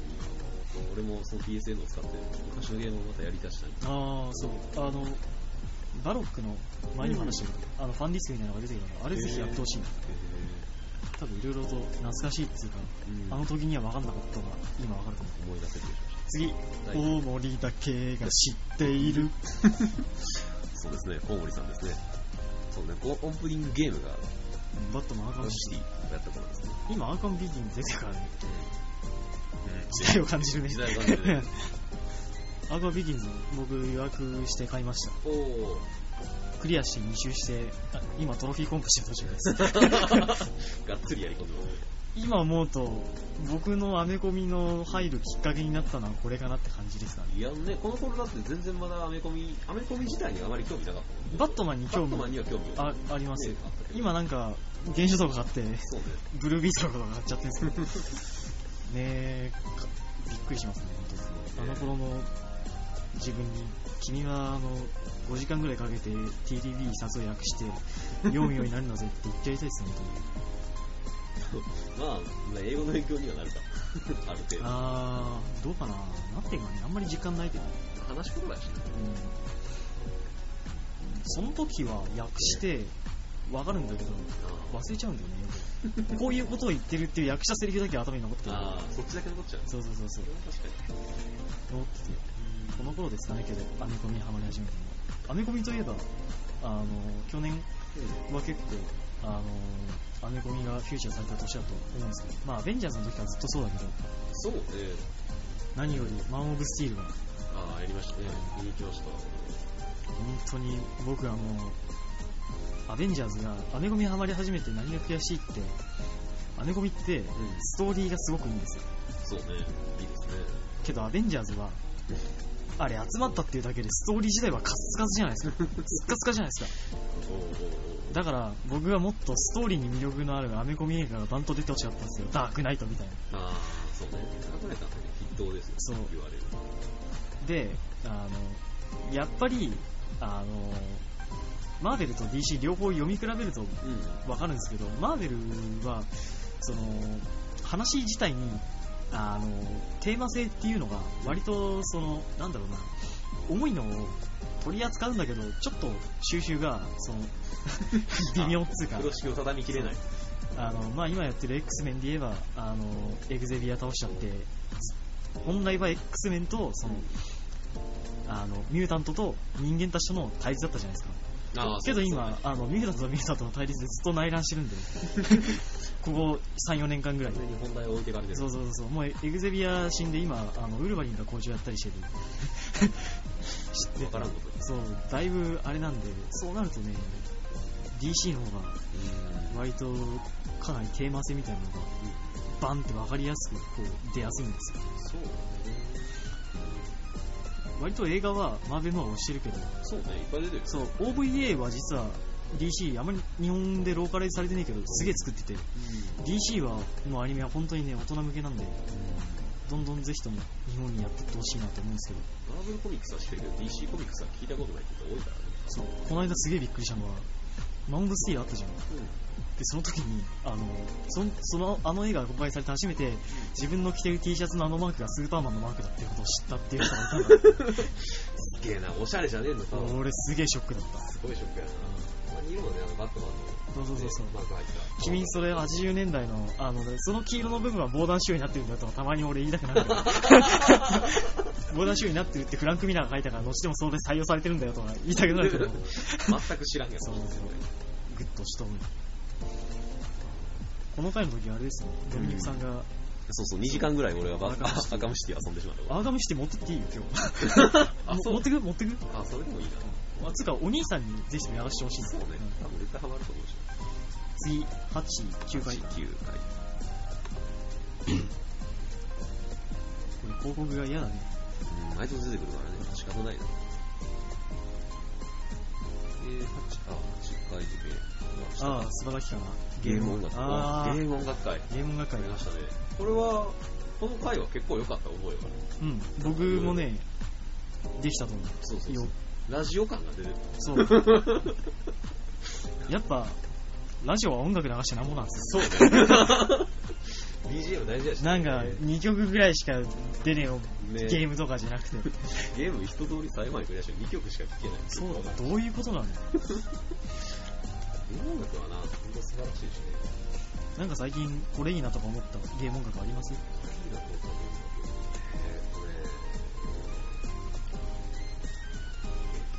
俺もその PSN を使って昔のゲームをまたやりだしたり
ああ、そう。あの、バロックの前にも話したけど、あの、ファンディスクみたいなのが出てきたから、あれぜひやってほしいな。多分いろいろと懐かしいっていうか、
うん
あの時には分かんなかったのが今分かると思う。
思い出せて
次、
はい
大森だけが知っている。
そうですね、コウモリさんですね。そうね、こうオープニングゲームが、
バットマンアーカ
ロ
ム
ンシ
シ
テ
ティ。
ィをやった頃ですね。
今アーカムビギン出てるからね、
うん
時代を感じるね。
時代を感じるね
アーカムビギンズ、僕予約して買いました。
おー。
クリアして2周して、あ今トロフィーコンプしてる途中です。
がっつりやり込んでますね。
今思うと、僕のアメコミの入るきっかけになったのはこれかなって感じですかね。
いやね、この頃だって全然まだアメコミ、アメコミ自体にあまり興味なかったもんね
バットマンに興
バット
味
マンには興味
ああり
あ
ますよ
ね。あったけど
今なんか、原書とか買って、
そうね。
ブルービートとか買っちゃってるんですけど。ねえ、かびっくりしますね、本当に。あの頃の自分に、君はあの、5時間ぐらいかけて TDB 一冊を訳 して、読むようになるんだぜって言ってやりたいですね、本当に。
まあ、英語の影響にはなるか。 ある程度。
あー、どうかななってんかね、あんまり実感ないけど。
話し言葉やしな。
その時は訳してわかるんだけど
あ
忘れちゃうんだよねよくこういうことを言ってるっていう訳したセリフだけ頭に残って
ー
る
あー、そっちだけ残っちゃう。
そうそうそうそう
確かに。
残っててこの頃ですかねけどアメコミにハマり始めたのはアメコミといえばあの去年は結構あのアメコミがフューチャーされた年だと思うんですけどまあアベンジャーズの時からずっとそうだけど
そうね。
何よりマン・オブ・スティールが
ああ、やりましたね。見に行きました。
本当に僕はもうアベンジャーズがアメコミにハマり始めて何が悔しいってアメコミって
ん
ストーリーがすごくいいんですよ
そうね。いいですね。
けどアベンジャーズはあれ集まったっていうだけでストーリー自体はカスカスじゃないですかスッカスカじゃないですか
おーおーおー
だから僕はもっとストーリーに魅力のあるアメコミ映画がバンと出てほしかったんですよダークナイトみたいな
ああ、そうね。高くないかってね、筆頭ですよ。
そう
言われる。
であのやっぱりあのマーベルと DC 両方読み比べると
うん。
わかるんですけど、マーベルは、その、話自体に、あの、テーマ性っていうのが、割と、その、なんだろうな、重いのを取り扱うんだけど、ちょっと収集が、その、微妙っつうか
風、呂敷を畳み切れない。
あの、まあ、今やってる X メンで言えば、あの、エグゼビア倒しちゃって、本来は X メンと、その、あの、ミュータントと人間たちとの対立だったじゃないですか。
ああ、
けど
そうね。
今、あの、ミュータとミュータとの対立でずっと内乱してるんで、ここ3、4年間ぐらい
完。全に本題を置いてかれてる。
そうそうそうそう、もうエグゼビア死んで今、あのウルヴァリンが校長やったりしてる。知って
わからんこと
そう、だいぶあれなんで、そうなるとね、DC の方が
う
割とかなりテーマ性みたいなのが、バンって分かりやすくこう出やすいんですよ。
ん。そうね。
割と映画はマーベルの方が推してるけど、
そうね、いっぱい出てる。
そう、OVA は実は DC あまり日本でローカライズされてないけど、すげえ作ってて、DC はのアニメは本当にね大人向けなんでどんどんぜひとも日本にやってってほしいなと思うんですけど
マーブルコミックスは知ってるけど、DC コミックスは聞いたことないこと多いからね。
そうこの間すげえびっくりしたのはマンオブ・スティールあったじゃんで
う
その時にあのそそのあの映画が公開されて初めて自分の着てる T シャツのあのマークがスーパーマンのマークだっていうことを知ったっていう人がいたんだ
ん。すげえな、おしゃれじゃねえのか。
俺すげえショックだった
すごいショックやな。たまにいるもんね、あの、バットマンの。
そうそうそうそう
ねマーク入った。
君それ80年代のあのその黄色の部分は防弾仕様になってるんだとかたまに俺言いたくな るんだよ防弾仕様になってるってフランク・ミラーが書いたから後でもそれで採用されてるんだよとか言いたくな るけど
全く知らんやつ。
そうそうグッとしとんこの回の時はあれですね、ドミニクさんが、
そうそう、2時間ぐらい俺はバ
アカムシ
ッ、アカムシティ遊んでしまった。
アーガムシティ持ってっていいよ、今日。
あ、
も
そ
持
う
っ。てく持ってく
あ、それでもいいな。
あ、つうか、お兄さんにぜひともやらせてほしいんです
そうね。多分絶対ハマると思うし。
次、8、9回。こ
地球はい。
れ広告が嫌だね。
うん、毎年出てくるからね、仕方ないな。えー、8か、10回で
ああ、素晴らしいかな。
ゲーム音楽会
ああ、
ゲ
ゲ
ーム音楽会。
ーム音楽
あ
会
りましたね。これは、この回は結構良かった覚えがある。
うん、僕もね、できたと思う。
そうそうそ
よ
う。ラジオ感が出てる。
そう。 やっぱ、ラジオは音楽流してなんぼなんですよ。
そうね。 BGM 大事だし、
なんか
ね
2曲ぐらいしか出ねえよ、
ね
ゲームとかじゃなくて。
ゲーム一通り最後までクリアして2曲しか聴けない。
そうだ、
ね。
どういうことなんだ
音楽はな、本当素晴らしいしね。
なんか最近これいいなとか思ったゲーム音楽あります
いいなと思ったんですけど、え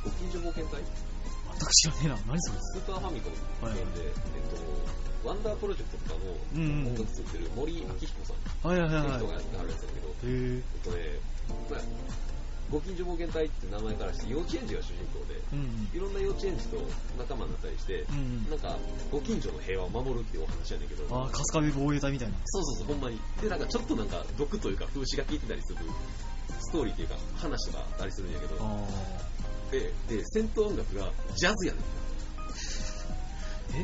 ーっとね、ご近所冒険隊
私はねえな、何それ。
スーパーファミコンのゲームで、えっと、ワンダープロジェクトとかの
うんうん
音楽作ってる森明彦さんって
はいはいはい
いう
はい
人。がやってはるやつだけど、
へぇ。
えっとね、まあ、ご近所冒険隊って名前からして幼稚園児が主人公で、
うんうん。
いろんな幼稚園児と仲間になったりして、
うんうん。
なんか、ご近所の平和を守るっていうお話やねんけど、
あー、カスカベ防衛隊みたいな。
そうそうそう、ほんまに。で、なんかちょっとなんか毒というか風刺が効いてたりする、ストーリーというか話とかあったりするんやけど、
あ
で、で、戦闘音楽がジャズやねん。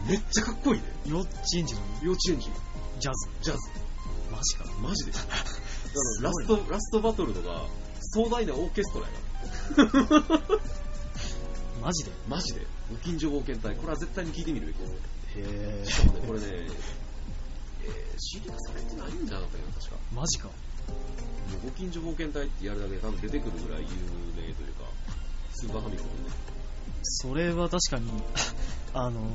めっちゃかっこいいね。
ー。幼稚園児の
幼稚園児、
ジャズ。
ジャズ。
マジか。
マ ジで。あのラ
す
ス
ごい
ト、ラストバトルとか、壮大なオーケストラやから。
マジで
マジで。ご近所冒険隊。これは絶対に聞いてみるべきですね。
へ
しかもね、これね、えー、CD 化されてないんじゃなかったかな、確か。
マジか。
もうご近所冒険隊ってやるだけで多分出てくるぐらい有名というか、スーパーファミコンでね。
それは確かに、 あの、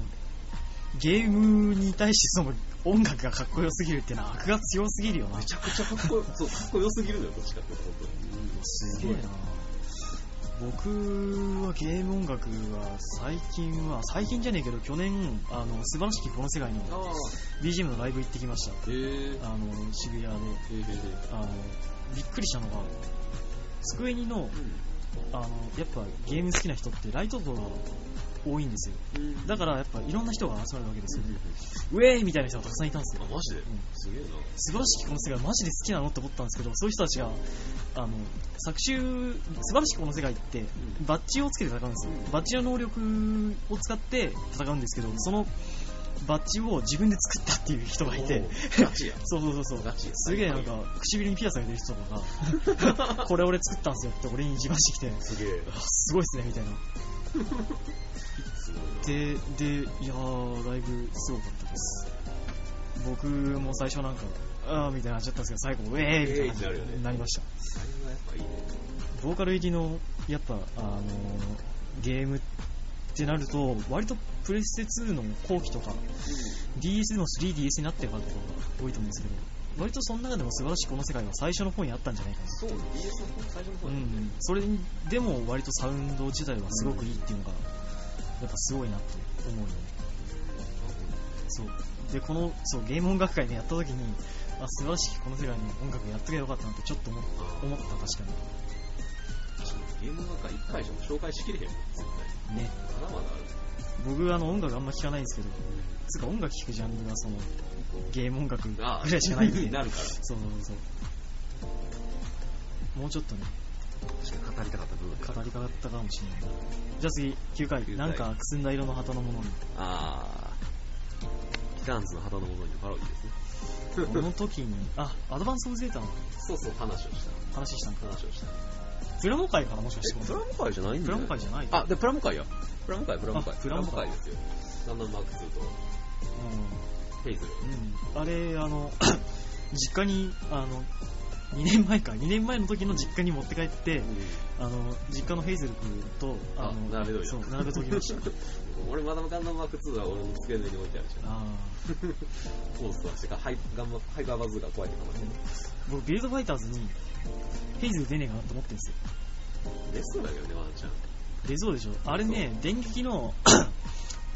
ゲームに対してその音楽がかっこよすぎるってのは悪が強すぎるよな
め。ちゃくちゃかっこよ、そう、かっこよすぎるのよ、どっちかっていうと、本当に。
すげえな。僕はゲーム音楽は最近は、最近じゃねえけど去年、あの、素晴らしきこの世界の
ああ、
BGM のライブ行ってきました。
へえ。
あの、渋谷で。
へえへえ。
あの、びっくりしたのが、机にの、あの、やっぱゲーム好きな人ってライト層が多いんですよ。
うん。うん。
だからやっぱいろんな人が集まるわけですよ。
あ、
ウェーイみたいな人がたくさんいたんですよ。
マジで
うん
すげえな。
素晴らしきこの世界マジで好きなのって思ったんですけど、そういう人たちが、あの、作中、素晴らしきこの世界って、バッジをつけて戦うんですよ
うん。
バッジの能力を使って戦うんですけど、そのバッジを自分で作ったっていう人がいて、
おうガチや。
そうそうそうそう。
ガチや。
すげえなんか、唇にピアスが出る人とかが、これ俺作ったんすよって俺に自慢してきて、
すげえ。
あすごいっすね、みたいな。
すごいな。
で、で、いやー、ライブすごかったです。僕も最初なんか、あーみたいな感じだったんですけど、最後、ウェーイみたいな感
ウェーイってなるよ
じ
ね
になりました。
最後はやっぱいいね。
ボーカル入りの、やっぱ、あのーゲームってなると、割とプレステ2の後期とか、DS でも 3DS になってる方とかが多いと思うんですけど、割とその中でも素晴らしいこの世界は最初の方にあったんじゃないかな。
そう、BS の最初の方
う
だよね
ん、それでも割とサウンド自体はすごくいいっていうのが、やっぱすごいなって思うよね。そう。で、この、そう、ゲーム音楽会ね、やった時に、あ、素晴らしきこの世界の音楽やっとけばよかったなってちょっと思っ
あ
思った、確か
ゲームなんか一回じゃもう紹介しきれへんもん、絶対。
に。ね。
まだまだある。
僕、あの、音楽あんま聴かないんですけど、つうか音楽聴くジャンルが、その、ゲーム音楽ぐ
ああ、
らいしかないんで、
なるから。
そうそうそう。もうちょっとね、
確かに語りたかった部分
語りかかったかもしれないな。じゃあ次、9回。
9回
なんか、くすんだ色の旗のものに。
あー、キターンズの旗のものにパロディですね。
この時に、あ、アドバンス・オブ・ゼータの
そうそう、話をした。
話したんか。
話をした。
プラモ会からもしかして。
プラモ会じゃないん
プ
だ
ラ
よ
モ会じゃないよ
あ、で、プラモ会や。プラモ会、プラモ会。
あプラモ会
ですよ。ガンダムマーク2とヘイズル。
うん。うん。あれ、あの、 実家に、あの、2年前か、2年前の時の実家に持って帰って、あの、実家のヘイゼル君と、の、
あ並べといた
そう、並べときま した。
俺まだガンダムマーク2は俺の机の上に置いてあるじゃん。
あー
コースとしてか、ハイガンマハイガーバズーが怖いって話
僕、ビルドファイターズに、ヘイゼル出ねえかなと思ってるんですよ。
レストだけどね、ワンちゃん。
出そうでしょ。あれね、電撃の、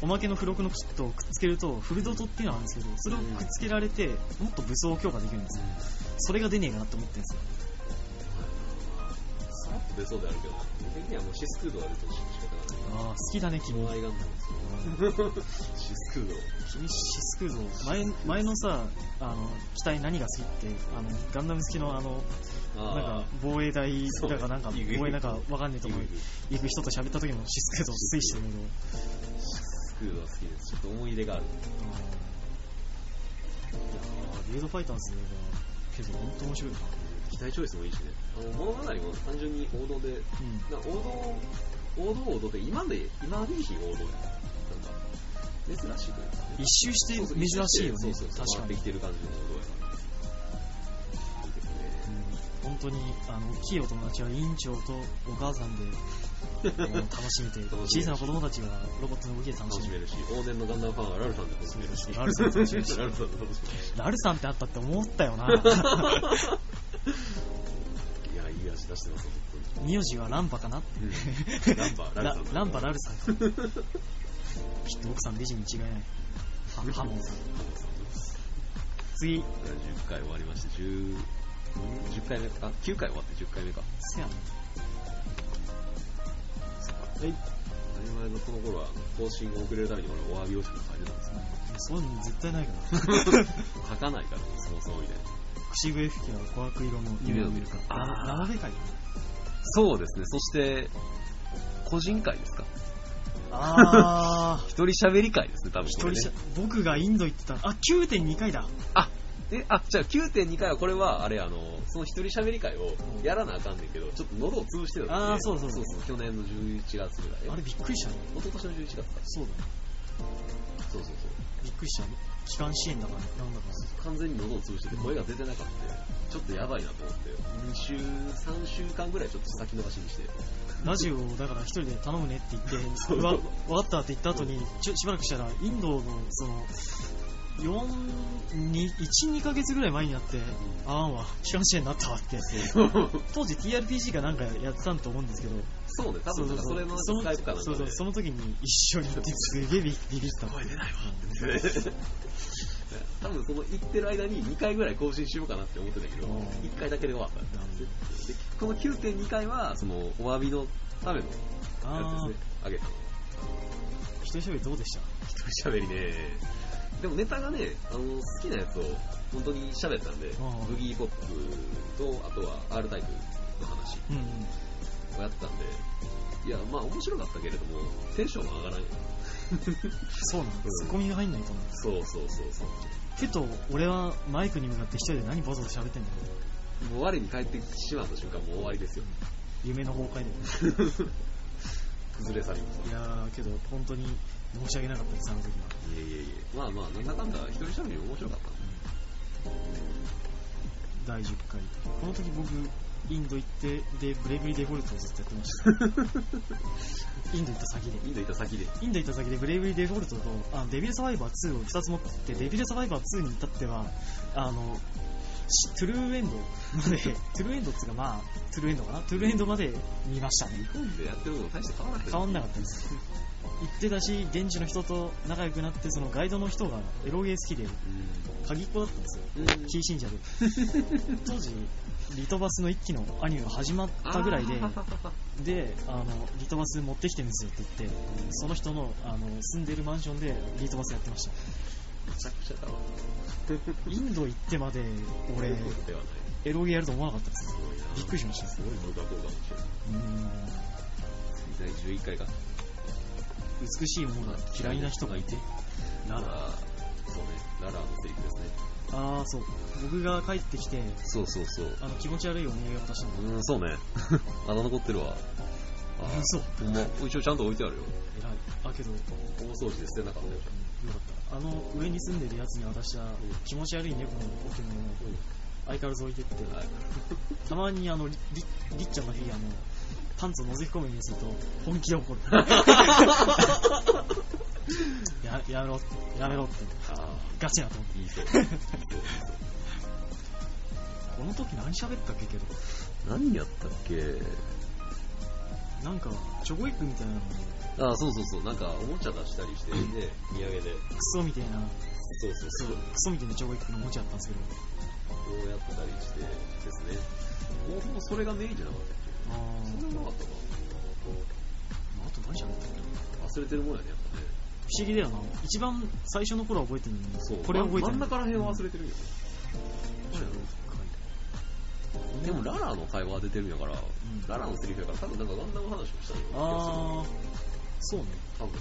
おまけの付録のキットをくっつけると、フルドトっていうのがあるんですけど、それをくっつけられて、もっと武装を強化できるんですよ。それが出ねえかなと思ってるんですよ。
さらっと出そうであるけど、僕的にはもうシスクードが出てほしい仕方がない。
ああ、好きだね、君
君。愛ガンダムですよ。シスクード。
君シスクード前前のさあの機体何が好きってあのガンダム好きのあのなん
あ
か防衛隊
そう
だかなんか
いる
防衛なんかわかんねえと
ー
こ
いるいる
行く人と喋った時のシスクードを推してるけど
シスクードは好きです。ちょっと思い入れがある。
あーいやービルドファイターズはけど本当面白いな
期待チョイスもいいしね。あの物語も単純に王道で、
うん
な王道、王道王道って今で、今でいい日王道や。なんか、珍しいというかね、
一周して珍しいよね
そうそうそ
確か
う、回って
に
きてる感じの王道やから。
本当にあの大きいお友達は委員長とお母さ んであの楽しめて
楽しめるし
小さな子供たちはロボットの動きで楽
楽
し
し
め
め
る
るし、往年のガンダムファンはラルさんで楽しめるし、
ラルさんで楽しめるし
ラルさんで楽しめるし
ラルさんってあったって思ったよ な
いや、いい味出してますよ、本
名字はランパかな
当に。ランバ、ラ
ラ
ルさん。
ランパラルさんかきっと奥さん美人に違いな いハハモンさん
ハモンさんです。
次
10回終わりまして、10、10回目か、あ、9回終わって10回目か。
せやな
はい。当たり前のこの頃は、更新が遅れるために俺はお詫びをしか書いてたんですよ。
そういうの絶対ない から
書かないから、そもそもみたいな。
口笛吹きは琥珀色の夢を見るか
あー
生でかい
そうですね、そして、個人会ですか
ああ
一人喋り会ですね、多分
一
これ
人
ね
しゃ僕がインド行ってたあ9.2回だ
え、あ、じゃあ9.2回はこれは、あれ、あの、その一人喋り会をやらなあかんねんけど、ちょっと喉を潰してたんで
あーそうそう
そ
そうう
そう、去年の11月ぐらい。
あれびっくりしたね
一昨年の11月か。
そうだね
そうそうそ
びっくりした機関支援だからなんだか
う。完全に喉を潰してて声が出てなかった。ちょっとやばいなと思って、2週、3週間ぐらいちょっと先延ばしにして。
らラジオをだから一人で頼むねって言って
そう
うわわかったって言った後にちょしばらくしたらインドのその12ヶ月ぐらい前になってああんわ機関支援になったわって当時 TRPG かなんかやってたと思うんですけど
そうね、多分なんかそれの
そ
スカイプかなんか
そ
で
うそうその時に一緒に行ってすげえビビビった
声出ないわって。多分その行ってる間に2回ぐらい更新しようかなって思ってたけど、
うん
1回だけで終わった。でこの9.2回は、その、お詫びのためのやつです
あ
ね。 あげた。
ー一人喋りどうでした
一人喋りね。でもネタがね、あの、好きなやつを本当に喋ったんで、
ん
ブギーポップと、あとは R タイプの話
うん
をやったんで、いや、まあ面白かったけれども、テンションは上がらんよ。
そうなの
うん
ツッコミが入んないと思う
そうそうそうそう。
ふと俺はマイクに向かって一人で何ボソボソ喋ってんだよ
もう我に返ってしまった瞬間もう終わりですよ。
夢の崩壊で
崩れ去ります。
いやーけど本当に申し訳なかったですあの時はい
えいえいえ。まあまあ、なんだかんだ一人喋り面白かった。
第10回この時僕インド行ってでブレイブリーデフォルトをずっとやってましたインド行った先で
インド行った先で。
インド行った先でブレイブリーデフォルトとあデビルサバイバー2を2つ持っててデビルサバイバー2に至ってはあのしトゥルーエンド までトゥルーエンドっつうかまあトゥルーエンドかなトゥルーエンドまで見ましたね
日本でやってるのと大して変わらない。
変わんなかったです行ってたし現地の人と仲良くなってそのガイドの人がエロゲー好きで鍵っ子だったんですよ
うん。
キー信 者で当時リトバスの一期のアニメが始まったぐらいで
あー
であのリトバス持ってきてるんですよって言ってその人のあの住んでるマンションでリトバスやってました
めちゃくちゃだわ。
インド行ってまで俺
そういうことではない。
エロゲーやると思わなかったです
すごいな。
びっくりしました
すごい無学校かもしれないう
ーん
第11回か。
美しいものが嫌いな人がいて
ララ、そうね、ララのセリフですね。
ああそう僕が帰ってきて
そうそうそう。
あの気持ち悪い思い出を渡したの
うん、そうね。 あの残ってるわ。あ
嘘
ほんま。一応ちゃんと置いてあるよ。
偉いあけどよか
大掃除で捨てなかったよ。
ったあの上に住んでるやつに渡した気持ち悪い猫の置物も相変わらず置いてって
はい
たまにあのりりりっちゃんの日あのパンツをのぜ込むようにすると本気で怒る ややめろってやめろって
あ
ガチなと思って
あ、いいそう。
この時何喋ったっけけど
何やったっけ
なんかチョコイクみたいなのに
ああ、そうそうそう。なんか、おもちゃ出した りして、で、土産で。
クソみたいな
そうそう
そ
そうう。
クソみたいなチョコイクの持ちだったんですけど
こうやったりしてですね。もうほぼそれがメインじゃなかったっ
あ
けそれ
ー
もなかったか
あと何喋ったっけ
な。忘れてるもんやね、やっぱね。
不思議だよな一番最初の頃は覚えてるのに
そう。
これ覚えてない
真ん中ら辺は忘れてるよ。
うん
でも、ララの会話は出てるんやから、
ん
ララのセリフやから、多分なんかガンダム話をしたんや
ああそうね
多分。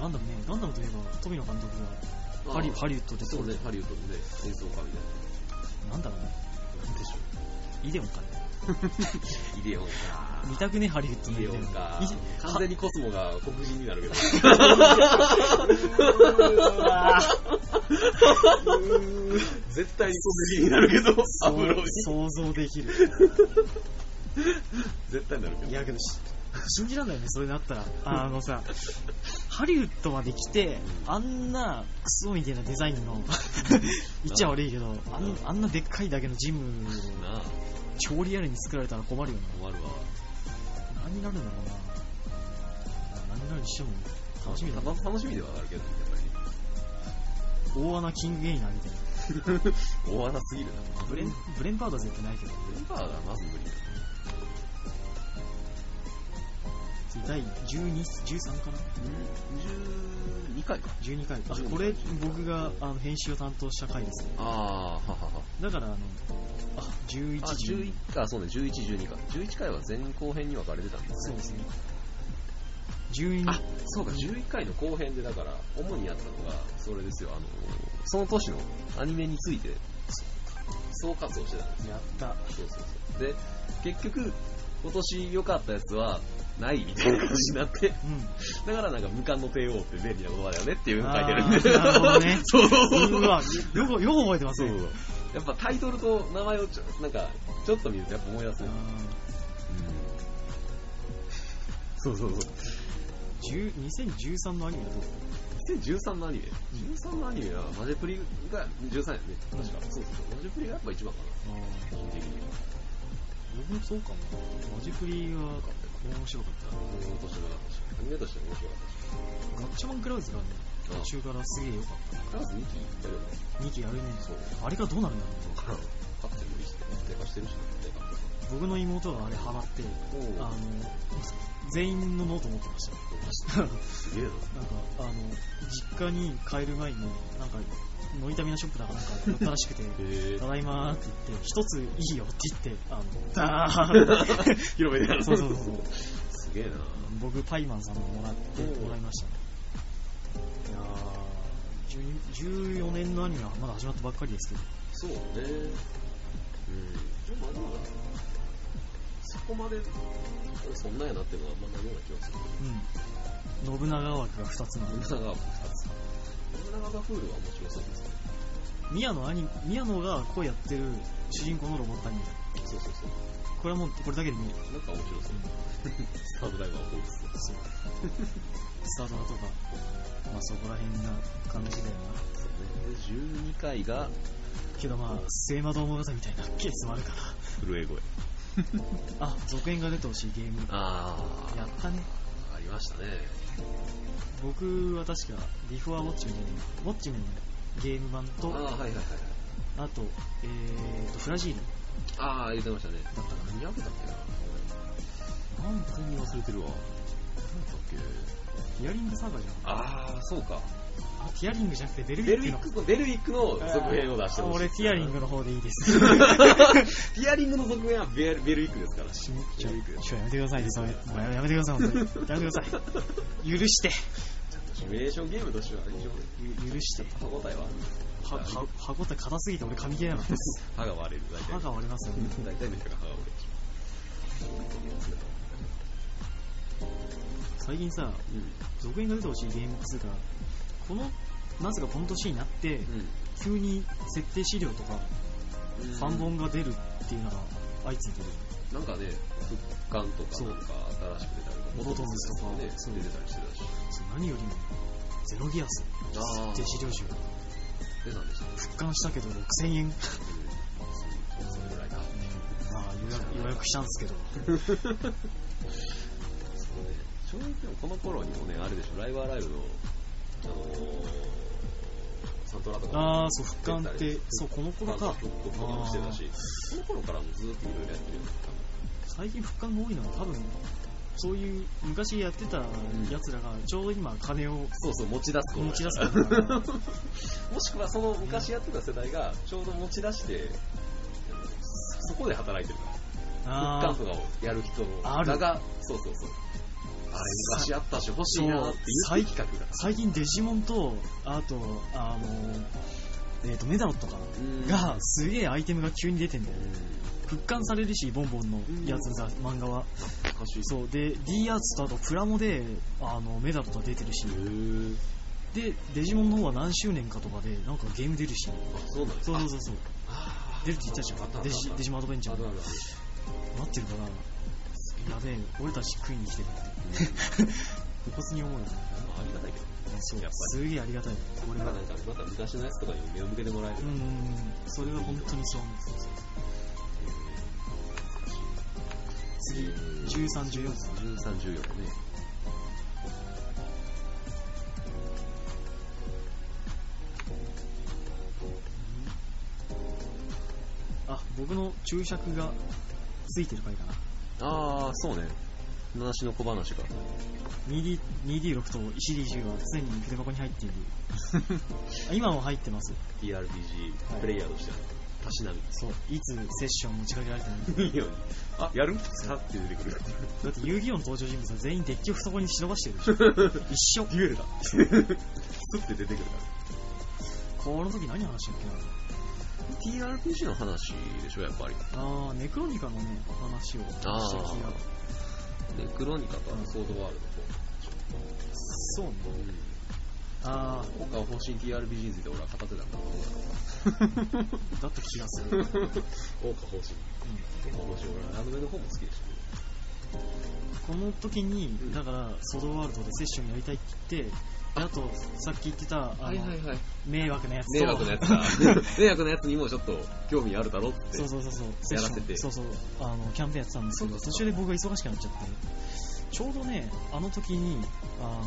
ガンダムねガンダムといえば富野監督が
あー
ハリハリウッドで
そうね、ハリウッドでね、演奏家みたい
なんだろうね。
な。なんでしょ
イデオンかね。
う。イデオンか。
見たくね、ハリウッドの
イデオンか。完全
に。
にコスモが黒人になる けど。
うわ
絶対に好きになるけど、ア
そ
ムロに
う。想像で きる。
絶対になるけど。
いやけどし、信じらんないよね、それなったら。あのさ、ハリウッドまで来て、あんなクソみたいなデザインの、言っちゃ悪いけど、あんあんなでっかいだけのジムを
なあ、
超リアルに作られたら困るよな。
困るわ。
何になるんだろうな。何になるにしても、楽しみだな。
楽しみではあるけど、やっ
大穴キングゲイナーみたいな。
ぱり。大穴すぎるな。
ブレン、ブレンパードは絶対ないけど、
ブレンパーがまず無理だ。
次第12、13かな
12回か。
?12 回。あ、これ僕があの編集を担当した回ですね。
ああ、ははは。
だから、あの、あ、11、
あ、
12
11あ、そうね、11、12か。11回は前後編に分かれてたんです
そう
ね
で。すね。12
あ、そうか、11回の後編で、だから、主にやったのが、それですよ、あの、その年のアニメについて、総括をしてたんです。
やった。
そうそうそう。で、結局、今年良かったやつは、ないみたいな感じになって、
うん。
だからなんか、無冠の帝王って便利な言葉だよねっていうのを書いてるんで。
あーなるほどね
そうそうそう
う
そ う。
わ、よく、よく覚えてます
そう
ね。
そうやっぱタイトルと名前をちょ、なんか、ちょっと見るとやっぱ思い出す
あ
ね。そうそうそう。
ー10 2013のアニメだと、
2013のアニメ ?13 のアニメはマジェプリが13やね。確か。そうそうそう。マジェプリがやっぱ一番かな。個人的には。
僕もそうかもな。マジフリーは面白かっ。
僕の年の中でアニメとしても面白かった
ガッチャマンクラウズがね、
た
途
し。
中からすげえ良かっ
あ、カラス2期やるよね。
た。2期あるね。
そう。
あれがどうなるんだろう
わからん。勝って無理して、低下してるし、低下してる
僕の妹があれハマって、
し。
あの、全員のノート持ってました。
すげえな。
なんか、あの、実家に帰る前に、なんか、ノイタミナショップだかなんか寄ったらしくて、
へ
ただいまーって言って、一ついいよって言って、あの、ダーンっ
え。広めでや
て。
る。
そうそうそう。
すげえな。
僕、パイマンさんのもらって、
おう
もらいましたね。いやー、14年のアニメはまだ始まったばっかりですけど、
そうね。うん。でもまだまだ、そこまで、そんなんやなっていうのはあんまないような気がする。
うん。信長枠が2つなので、
信長は2つ。信長がフールは面白そうですね。
宮野アニ宮野が声やってる主人公のロボットアニメ。
そうそうそう。
これはもう、これだけで見る。
なんか面白そう。スタートダイバーを放物する。
そうスタートだとか、まあそこら辺な感じだよな。
12回が、
けどまあ、末魔物語みたいなケースもあるか
震え声。
ら。 あ、続編が出てほしいゲーム。
あ
やったね。
ありましたね。
僕は確か、ビフォアウォッチメンの、ウォッチメンのゲーム版
ああ、
と、
はいはいはい。
あと、えーと、フラジール
ああ、入れてましたね。
だったか
何やってたっけな
な。なんだ
に忘れてるわ。何だったっけ
ティアリングサーバーじゃん。
ああ、そうか。
あ、ティアリングじゃなくてベルウィ
ベ
ック
ルウィ
の
ッ。クの、ベルウィックの続編を出して
あ
ほしい。
俺、ティアリング。の方でいいです。
ティアリングの続編はベルベルウィックですから。
ちょ、ち
ベルウィックです。
ょ、やめてくださいね、それ。もうややめてください、本当に。やめてください。 許して。
シミュレーションゲームとしては非常に
ゆ許して。
歯応えはある。
は、は、歯応え硬すぎて俺噛み切れなかったです。
歯が割れる、大体。
歯が割れますよね。
大体の人が歯が折れてし
最近さ、
まう。
続編が出てほしいゲームっつうか、この、なぜかこの年になって、
う
急に設定資料とか
ん。うん。
3本が出るっていうのが相次いでる。
なんかね、復刊とか
そう
なんか新しく出たり
ボ
とか、
トムズとか
ね、出てたりしてたし。
そう何よりも、ゼロギアス、
あー
設定資料集が
出たんでした。
復刊したけど6000円。
うん。それぐらいか。
まあ予約予約したんですけど、
そうね。正直でもこの頃にもね、あれでしょ、ライブアライブの、あのー、サントラとかも
あー、そう、復刊って、そう、この頃
なんか
か。
復刊もしてたし、この頃からもずっといろいろやってるよね。
最近復刊が多いのは多分、そういう昔やってた奴らがちょうど今金を
そうそう、持ち出す頃
持ち 出す
だ
か
から
な。
もしくはその昔やってた世代がちょうど持ち出して、そこで働いてるから。
あ
フ
ー
ッカンとかをやる人
ある
の名が、そうそうそう。あれ昔やったし欲しいなっていう
そう
再企画が。
最近デジモンと、あと、あの、えっ、と、メダロットか
うん
な。が、すげえアイテムが急に出てんだよ
う
ね。
ん
復刊されるし、ボンボンのやつだ、漫画は。
昔
そう、で、D アーツとあとプラモで、あの、メダロットが出てるし
へ、ー
で、デジモンの方は何周年かとかで、なんかゲーム出るし、
あ、そうなんだ。
そうそうそうそう、
あー
出るって言ったじゃん、デジデジモンアドベンチャ
あ
ー
るあるある
待ってるから、やべえ、俺たち食いに来てる って、不骨に思うよね。
まあありがたいけど。
そう
やっぱ
す
り
げえありがたい。これ
だか
は
ら。なんか、また昔のやつとかにも目を向けてもらえる
う。んうんうん、それは本当にそう思う。次、13、14です。
13、14ね。
あ、僕の注釈がついてる回かな。
あー、そうね。話の小話が。
2D 2D6 と 1D10 は常に筆箱に入 っている。あ今も入ってます。は
TRPG
い
プレイヤーとしてのたしなみ。
そう。いつセッション持ちかけられてもいい。
いいように。あ、やるさって出てくる。
だって遊戯王の登場人物は全員デッキをそこに忍ばしてるでしょ。一緒。
デュエルだ。スッて出てくるから。
この時何話したっけな
TRPG の話でしょ、やっぱり。
あー、ネクロニカのね、話をした気が。
で、クロニカとソードワール
そうね。
ドと、
あ
今回は方針 TRPG について俺は語ってたんだ
ー、だった気が する。うん
けど、大川方針。結構面白い。俺、ラノベの方も好きでし
この時に
うん、
だから、ソードワールドでセッションやりたいって言って、であと、さっき言ってた、あの、
はい。
迷惑なやつ
迷
と、
惑なやつだ。迷惑なやつにもちょっと興味あるだろって。
そうそうそうそう、セッ
や
シ
ら
ョ
せ
ン
て
そうそう、あの、キャンペーンやってたんですけど、
そうか
途中で僕が忙しくなっちゃって、ちょうどね、あの時に、あの、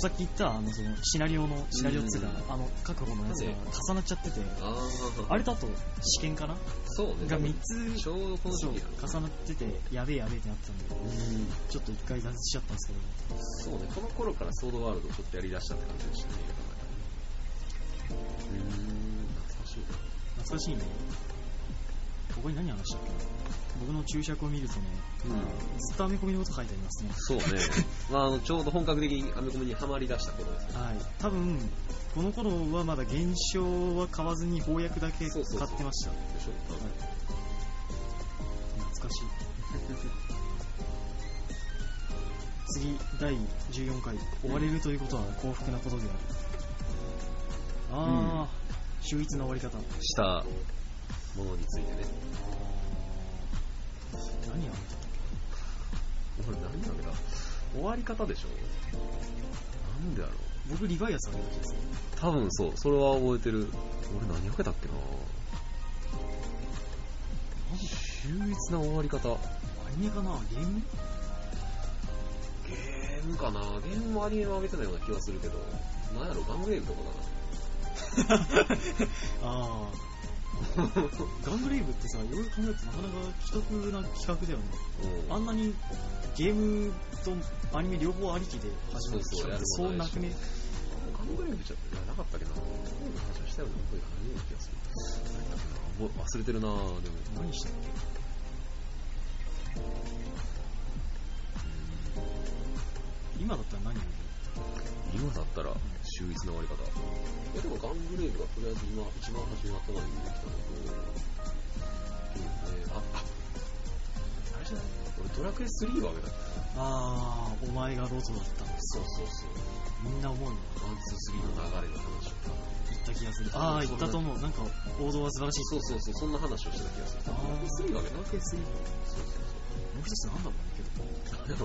さっき言った、あの、その、シナリオの、シナリオっていうか、あの、確保のやつが重なっちゃってて、
あー
あれだと、試験かな
そうね。
が3つ、
ちょうどこの
そう、
時期だ
重なってて、やべえやべえってなってたんで、
うん
ちょっと一回挫折しちゃったんですけど、
そうね、この頃からソードワールドをちょっとやりだしたって感じでしたね。うーん、懐かしいな。
懐かしいね。ここに何話したっけな僕の注釈を見るとね、
うん
ずっとアメコミのこと書いてありますね。
そうね。まあ、あの、ちょうど本格的にアメコミにハマり出した頃ですね。
はい。多分、この頃はまだ現象は買わずに翻訳だけ
そ
買
うそうそう
ってました。
でしょう
懐かしい。 次、第14回、終われるということは幸福なことである。ああ、秀逸な終わり方。
んしたものについてね。
何やめた
俺何なんだ終わり方でしょなんでだろう
僕、リバイアスあげた気がする。
多分そう、それは覚えてる。俺何受けたっけな秀逸な終わり方。
アニメかなゲーム
ゲームかなゲームもアニメも上げてたような気はするけど、なんやろ、ガングレーブとか
ああ、
だな。
ガンブレイブってさ、いろいろ考えるとなかなか奇特な企画だよね。
うん
あんなにゲームとアニメ両方ありきで始まる企画って
そうそう
そうなくね
ガングレーブじゃなかったっけな。ガングレーブの話はしたような声がないような気がする。なんだっけなもう忘れてるなでも。
何したっけ今だったら何やる
今だったら、秀逸な終わり方。え、でもガングレーブがとりあえず今、一番初めの頭に出てきたのと、うんえーあ、あ、あれじゃない俺ドラクエ3は上げたっけ
ああ、お前がロトだった。
そうそうそう。
みんな思うよ。
ワン、ツー、スリーの流れの話とか。
言った気がする。ああ、言ったと思う。なんか、王道は素晴らしい。
そうそうそう、そんな話をしてた気がする。
あー
ドラクエ3は上げた
ドラクエ3。も
そうそう
う一つなんだろうね、
そ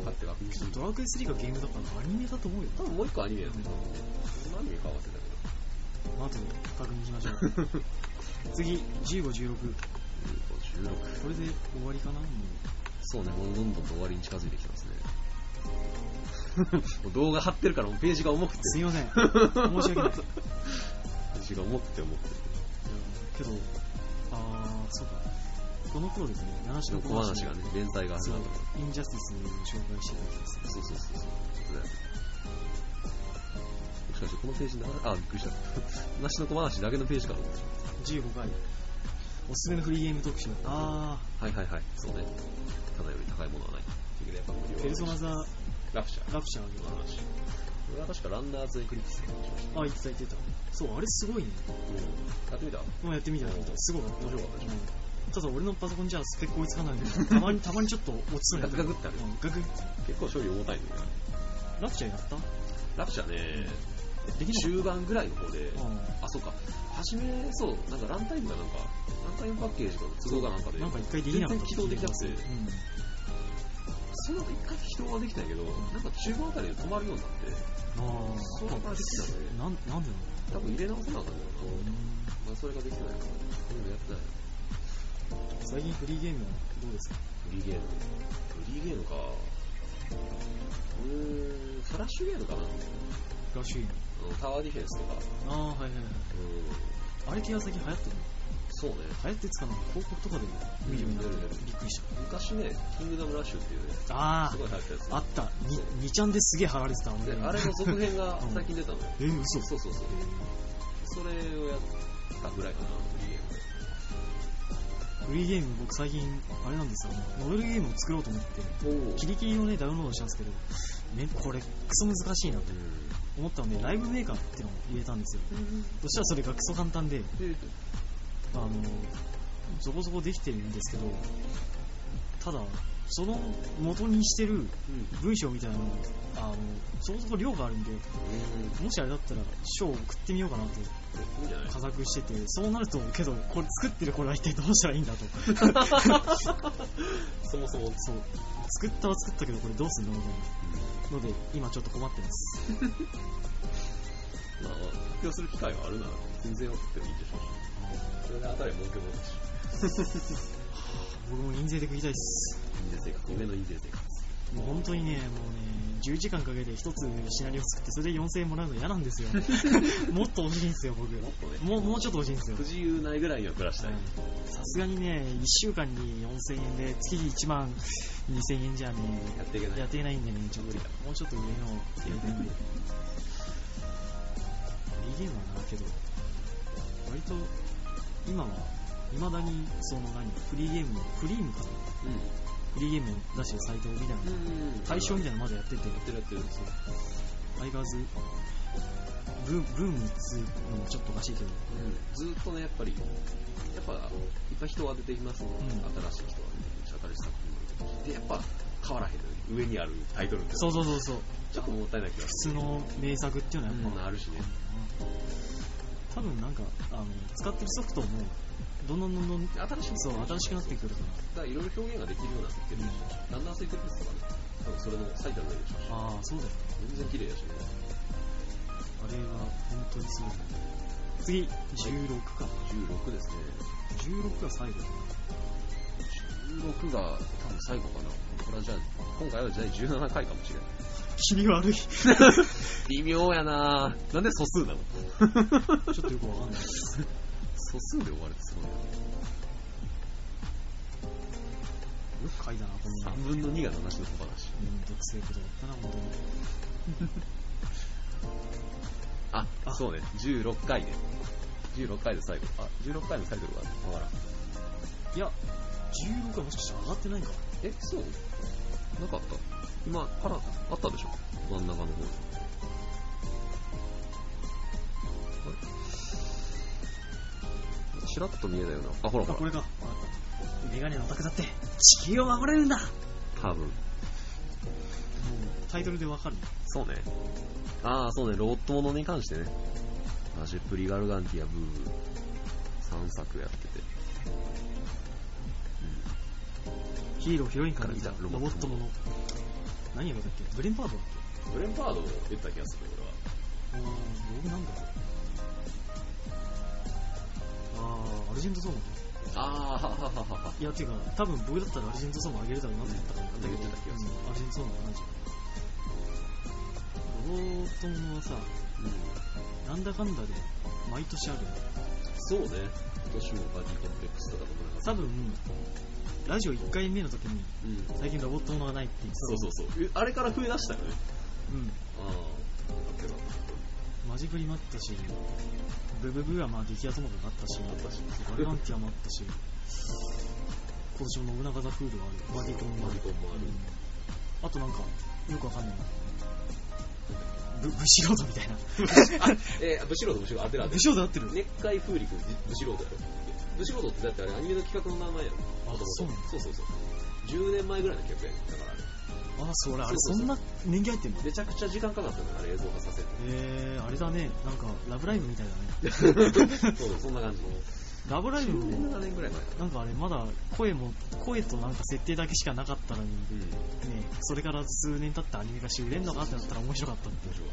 う。だって学
けど。
習
ドラクエ3がゲームだからアニメだと思うよ。
多分もう一個アニメやってたもんね。アニメか忘れたけど。
あとで確認しましょ う。次、15、16。
15、16。
これで終わりかなもう
そうね、もうどんどんと終わりに近づいてきてますね。もう動画貼ってるからもうページが重くて。
すいません。申 し訳ない。
ページが重くて重くて。
けど、あー、そうか。この頃ですね、七
私
種
の
の
小話がね、連載が始
そう
まったか、
インジャスティスを紹介してた気がする
ら。そうそうそうそう。もしかしてこのページな、あ、びっくりした。梨の小話だけのページかと思ってしまっ
15回、おすすめのフリーゲーム特集。あ
たはいはいはい、そうね。ただより高いものはない。ということでやっぱ無
ー、
料
ペルソナザ
ラプチャー。
ラプチャー
の話。俺は確かランダーズエクリプスって話をし
あ、言ってた言ってた。そう、あれすごいね。
た。やってみた
もうやってみたら、すごい面
面白かったでしょ
ただ俺のパソコンじゃスペック追いつかないん で、たまに、たまにちょっと落ちそうになって
ガクガクってある
うんガクガクって
結構処理重たいんだよね。
ラプチャーやった
ラプチャーね、
できな
中盤ぐらいの方で、
かっ
あ、そうか、初め、そう、なんかランタイムがなんか、ランタイムパッケージか都合がなんか
た
で、
なんか一回できなかった
全然起動できなくて
うん
その一回起動はできないけど、なんか中盤あたりで止まるようになって、
あー
そんな感じできたね
なんなんで
多分入れ直さなあかんねん
だろう
なまあ、それができてないから、今やってない。
最近フリーゲームはどうですか
フリーゲーム。フリーゲームか。うーん、フラッシュゲームかな。
フラッシュゲーム
うんタワーディフェンスとか。
ああはいはいはい
うん、
あれ系は最近流行ってるの
そうね。
流行ってつかなんか広告とかで見るようになってびっくりし
昔ね、キングダムラッシュっていうね、
たあ
すごい流行ったやつ。
ああったに2ちゃんですげえ貼られてたあの
であれの続編が最近出たのよ。
え嘘
そうそうそう。それをやったぐらいかな、フリーゲームで。
フリーゲーム僕最近あれなんですよノベルゲームを作ろうと思って
お
キリキリをねダウンロードしたんですけど、ね、これクソ難しいなって思ったのでライブメーカーっていうのを入れたんですよそしたらそれがクソ簡単であのそこそこできてるんですけどただその元にしてる文章みたいなのあのそこそこ量があるんでもしあれだったら賞を送ってみようかなと
いいんじゃない
加作しててそうなるとけどこれ作ってるこれは一体どうしたらいいんだと
そもそも。
そう作ったは作ったけどこれどうすんのみたいなので今ちょっと困ってます
まあ、発表する機会があるなら、全然送ってもいいでしょうし。それであたり儲けもし。
僕も印税で食いたいっす
印税生活、夢の印税生活。
もう本当にねもうね10時間かけて1つシナリオ作ってそれで4000円もらうの嫌なんですよもっと欲しいんですよ僕
もっとね、
もうもうちょっと欲しいんですよ
不自由ないぐらいには暮らしたい。
はいさすがにね1週間に4000円で月に1万2000円じゃね
やっていけない。
やっていけないんでねちょっと
無理だ
もうちょっと上のをやりたいんでいいゲームはなけど割と今は未だにその何フリーゲームのフリームかなフリーゲームを出してるサイトみたいな
うん。
対象み
や
たいなのまだやってて
ってるやってる。
相変わらずブーブームっつうのもちょっとおかしいけど
ずーっとね、やっぱり、やっぱ、いっぱい人は出てきますので、
うん
新しい人は出てきて、新しい作品も出てきて、やっぱ変わらへんのよね。上にあるタイトルって。
そうそうそうそう
ちょっともったいない気が
普
す
通の名作っていうの
る。
はやっぱ、
うん、あるしね。
多分なんかあの使ってるソフトもどんどんどんどん
新しい
そう新しくなってくるか
だからいろいろ表現ができるようになってきてるでしょ。だんだん成長ですからね。多分それの最たる例でしょうし
ら。ああそうだよ
全然綺麗だしね。
あれは本当にすごい次16か
16ですね。
16が最後
16が多分最後かな。これはじゃあ、今回はじゃあ17回かもしれない。
気味悪いち
微妙やなぁ。なんで素数なの
ょっとよくわかんない
素数で終わるってすごいな。
よく書いたなこんな
3分の2が7の小話。
めんどくせえことだったな本当に
あ、
あ
そうね。16回ね。16回で最後。あ、16回のタイトルは変わらん。
いや16はもしかしたら上がってないか
え、そうなかった今、パラ、あったでしょ真ん中の方に。あれちらっと見えないよな。あ、ほら
あ
ほ
こ
ら。
れかわかったメガネのオタクだって地球を守れるんだもう
多分。
タイトルでわかるね
そうね。ああ、そうね、ロボットものに関してね。マジプリガルガンティア、ブーブー。3作やってて。
ヒーローヒロインから見た
から見た
ロボットもの何やったっけブレンパードだっけ
ブレンパードを言った気がする、俺は。
あー僕なんだろうあーアルジェントソーマ
ああ、はははは。
いやていうか多分僕だったらアルジェントソーマあげるだろうなと思ったから
うん言ってた気がする
うんアルジェントソーマなんじゃんロボットものはさなんだかんだで毎年あるよ
そうね。今年もバディコンプレックスとかともなかった。
多分ラジオ1回目の時に
うん。
最近ロボットものがないって言ってた
そうそうそう。えあれから増えだしたよね。
うん
ああ。だけど、
マジブリもあったしブブブーはまあ激アツもがあったし
あったし。
ガルガンティアもあったし、今年も信長ザフールはある、バディコンもあ
バデ
る
ィ。コンもある。
あとなんか、よくわかんないな。ぶ、ぶしロードみたいな。
えー、ブシロード、ブシロード、当てる当て
ぶしロード合ってる
る。熱海風力、ブシロードやろ。ブシロードってだってあれアニメの企画の名前やろ。
あ、そうなの
そうそうそう。10年前ぐらいの企画やねだからあれ。
あ、それ、あれ、
そうそうそう
そんな年季入ってんの
めちゃくちゃ時間かかったんだよ、あれ映像化させ る
えー、あれだね。なんか、ラブライブみたいだね。
の。そう、そんな感じ。
ラブライブも、
17年ぐらい前か
なんかあれ、まだ声も、声となんか設定だけしかなかったのに、ね、
な。うん。面
それから数年経ってアニメ化して売れんのかってなったら面白かったって
白い。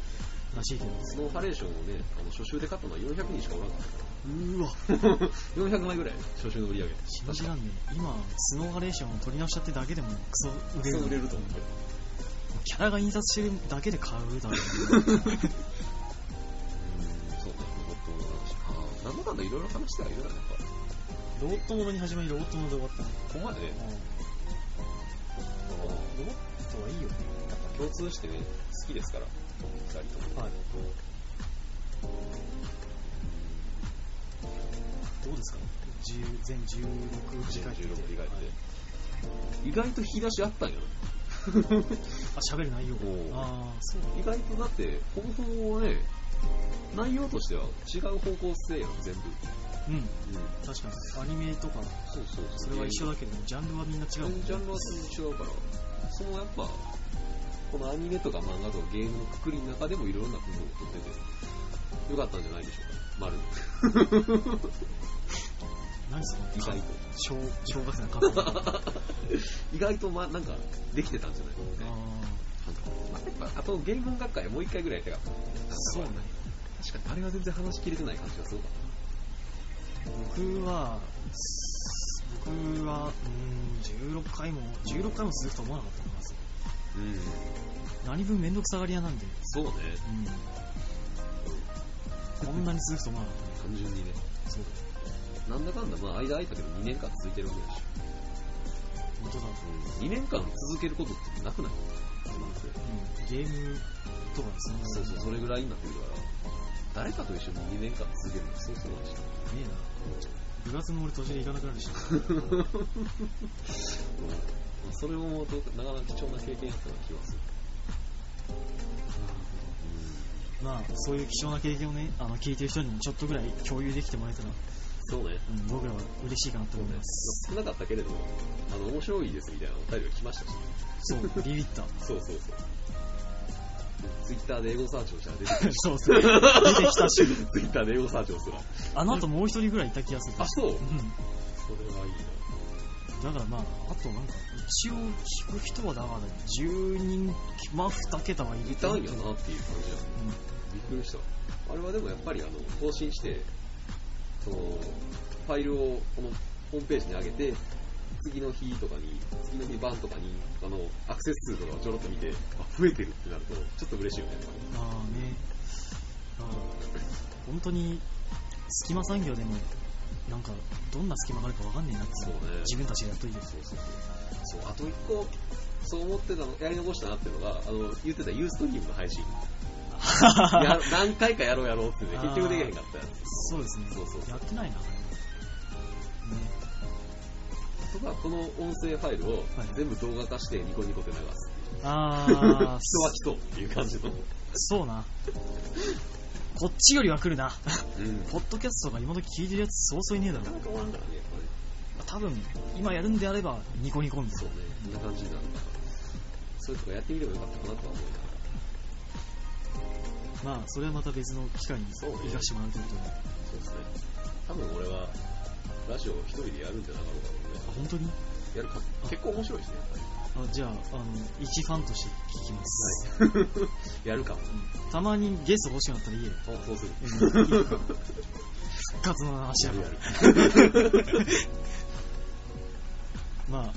らしいけど。
スノーハレーションをね、あの初週で買ったのは400人しかおらんかっ
うーわ、
た。400枚 ぐらい、初週の売り上げ。
信じらんねえ。今、スノーハレーションを取り直しちゃってだけでもクソ売れ
そ
る。
う売れると思って。
キャラが印刷してるだけで買うだろうね。
うん、そうね、ロボットの話。ああ、なんだかんだいろいろ話してはいるな、やっぱ。
ロボットものに始まり、ロボットもので終わったの。
ここまでね、
ロボットはいいよね。
共通してね、好きですから、二人とも。
はい。どうですか10全16時間
16以外って。意外と引き出しあったんやな。
あ、喋る内容
おー
ああ、そう。
意外とだって、ほぼほぼね、内容としては違う方向性やん、全部。
うん、
うん。
確かに。アニメとか、
そうそう
それは一緒だけど、ジャンルはみんな違うもんね。
ジャンルは全然違うから、そのやっぱ、このアニメとか漫画とかゲームのくくりの中でもいろんな工夫をとってて、よかったんじゃないでしょうか、丸。
何その
意
か
外と。
小小学生の感想。あ
意外と、ま、なんか、できてたんじゃない
あ
なんかまあやっぱあと、ゲーム学会もう一回ぐらいやりたかった。
ー、そうね。
確かに、あれは全然話しきれてない感じがすごかっ
僕は、僕は、うーん、16回も、16回も続くと思わなかったなまず。
た。うん。
何分めんどくさがり屋なんで、
そうね。
うん。こんなに続くと思わなかったね。
単純にね。
そう。
なんだかんだ、まあ、間空いたけど2年間続いてるわけだし。
本当だ。
うん。2年間続けることってなくない今って
うん。ゲームとかそんな
そうそう、それぐらいになってくるから、誰かと一緒に2年間続けるのそうそうだし。
ねえな。部活も俺途中で行かなくなる し。
うんそれを思うと、なかなか貴重な経験やったような気がする。
まあ、そういう貴重な経験をね、あの、聞いてる人にもちょっとぐらい共有できてもらえたら、
そうね。
うん、僕らは嬉しいかなと思います。
少なかったけれども、あの、面白いですみたいなお便りが来ましたし、
そう、ビビった。
そうそうそう。ツイッターで英語サーチをしたら出てき
そうそう。出てきたし、
た。 ツイッターで英語サーチをするわ。
あの後もう一人ぐらいいた気がする。
あ、そう
う
それはいいな。
ん。だからまあ、あとなんか、一応聞く人はだから、10人、まあ、2桁はいる
いた
と
んやなっていう感じや。びっくりした。あれはでもやっぱりあの更新して、そのファイルをこのホームページに上げて、次の日とかに、次の日晩とかに、あの、アクセス数とかをちょろっと見て、あ、増えてるってなると、ちょっと嬉しいよね、やっぱ
まあね、だから本当に隙間産業でも、なんかどんな隙間があるかわかんねえなって、
そうね
自分たちがやっといてる。
り。そうそうそう。そう、あと一個、そう思ってたの、やり残したなっていうのが、あの、言ってたユーストリームの 配信。や何回かやろうやろうってね、結局できへんかったやつ。
そうですね、
そうそうそう
やってないな、ね、
あとは、この音声ファイルを
はい
全部動画化してニコニコで流す。
あー
人は来そうっていう感じの。
そうな。こっちよりは来るな。
うん
ポッドキャストが今時聞いてるやつそうそういねえだろ
な。んかおらんからね、やっぱね。
多分、今やるんであれば、ニコニコみたい
そうね、こんな感じになるから。そういうとこやってみればよかったかなとは思うから。
な。まあ、それはまた別の機会に
そうね
生かしてもらうということで。
そうですね。多分俺は、ラジオを一人でやるんじゃなかろうかと
あ
ね。
本当に
やるか。結構面白いですね、やっぱり。
あじゃあ、あの、一ファンとして聞きます。
やるか。
たまにゲスト欲しくなったら言えよ。
あ、そうする。
復活の話だから。まあ、まあ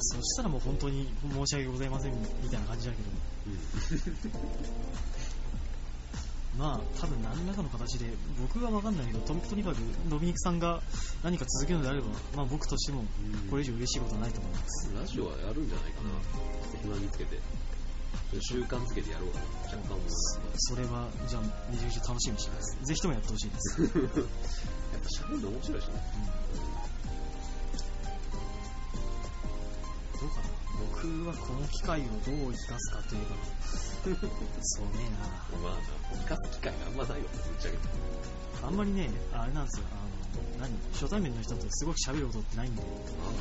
そしたらもう本当に申し訳ございませんみたいな感じだけど、まあ、多分何らかの形で、僕はわかんないけど、ととにかくドミニクさんが何か続けるのであれば、まあ僕としても
うん
これ以上嬉しいことはないと思います。
ラジオはやるんじゃないかな。暇につけて。習慣つけてやろうかな。若干思います。
それは、じゃあ、めちゃくちゃ楽しみにしてます。ぜひともやってほしいです。うん
やっぱ喋るの面白いしね。
どうかな僕はこの機会をどう生かすかといえば、そうねえ
まあな、生かす機会があんまないよ、ぶっちゃけ。
な。あんまりね、あれなんですよ、あの、何、初対面の人とすごく喋ることってないんで、
まあね。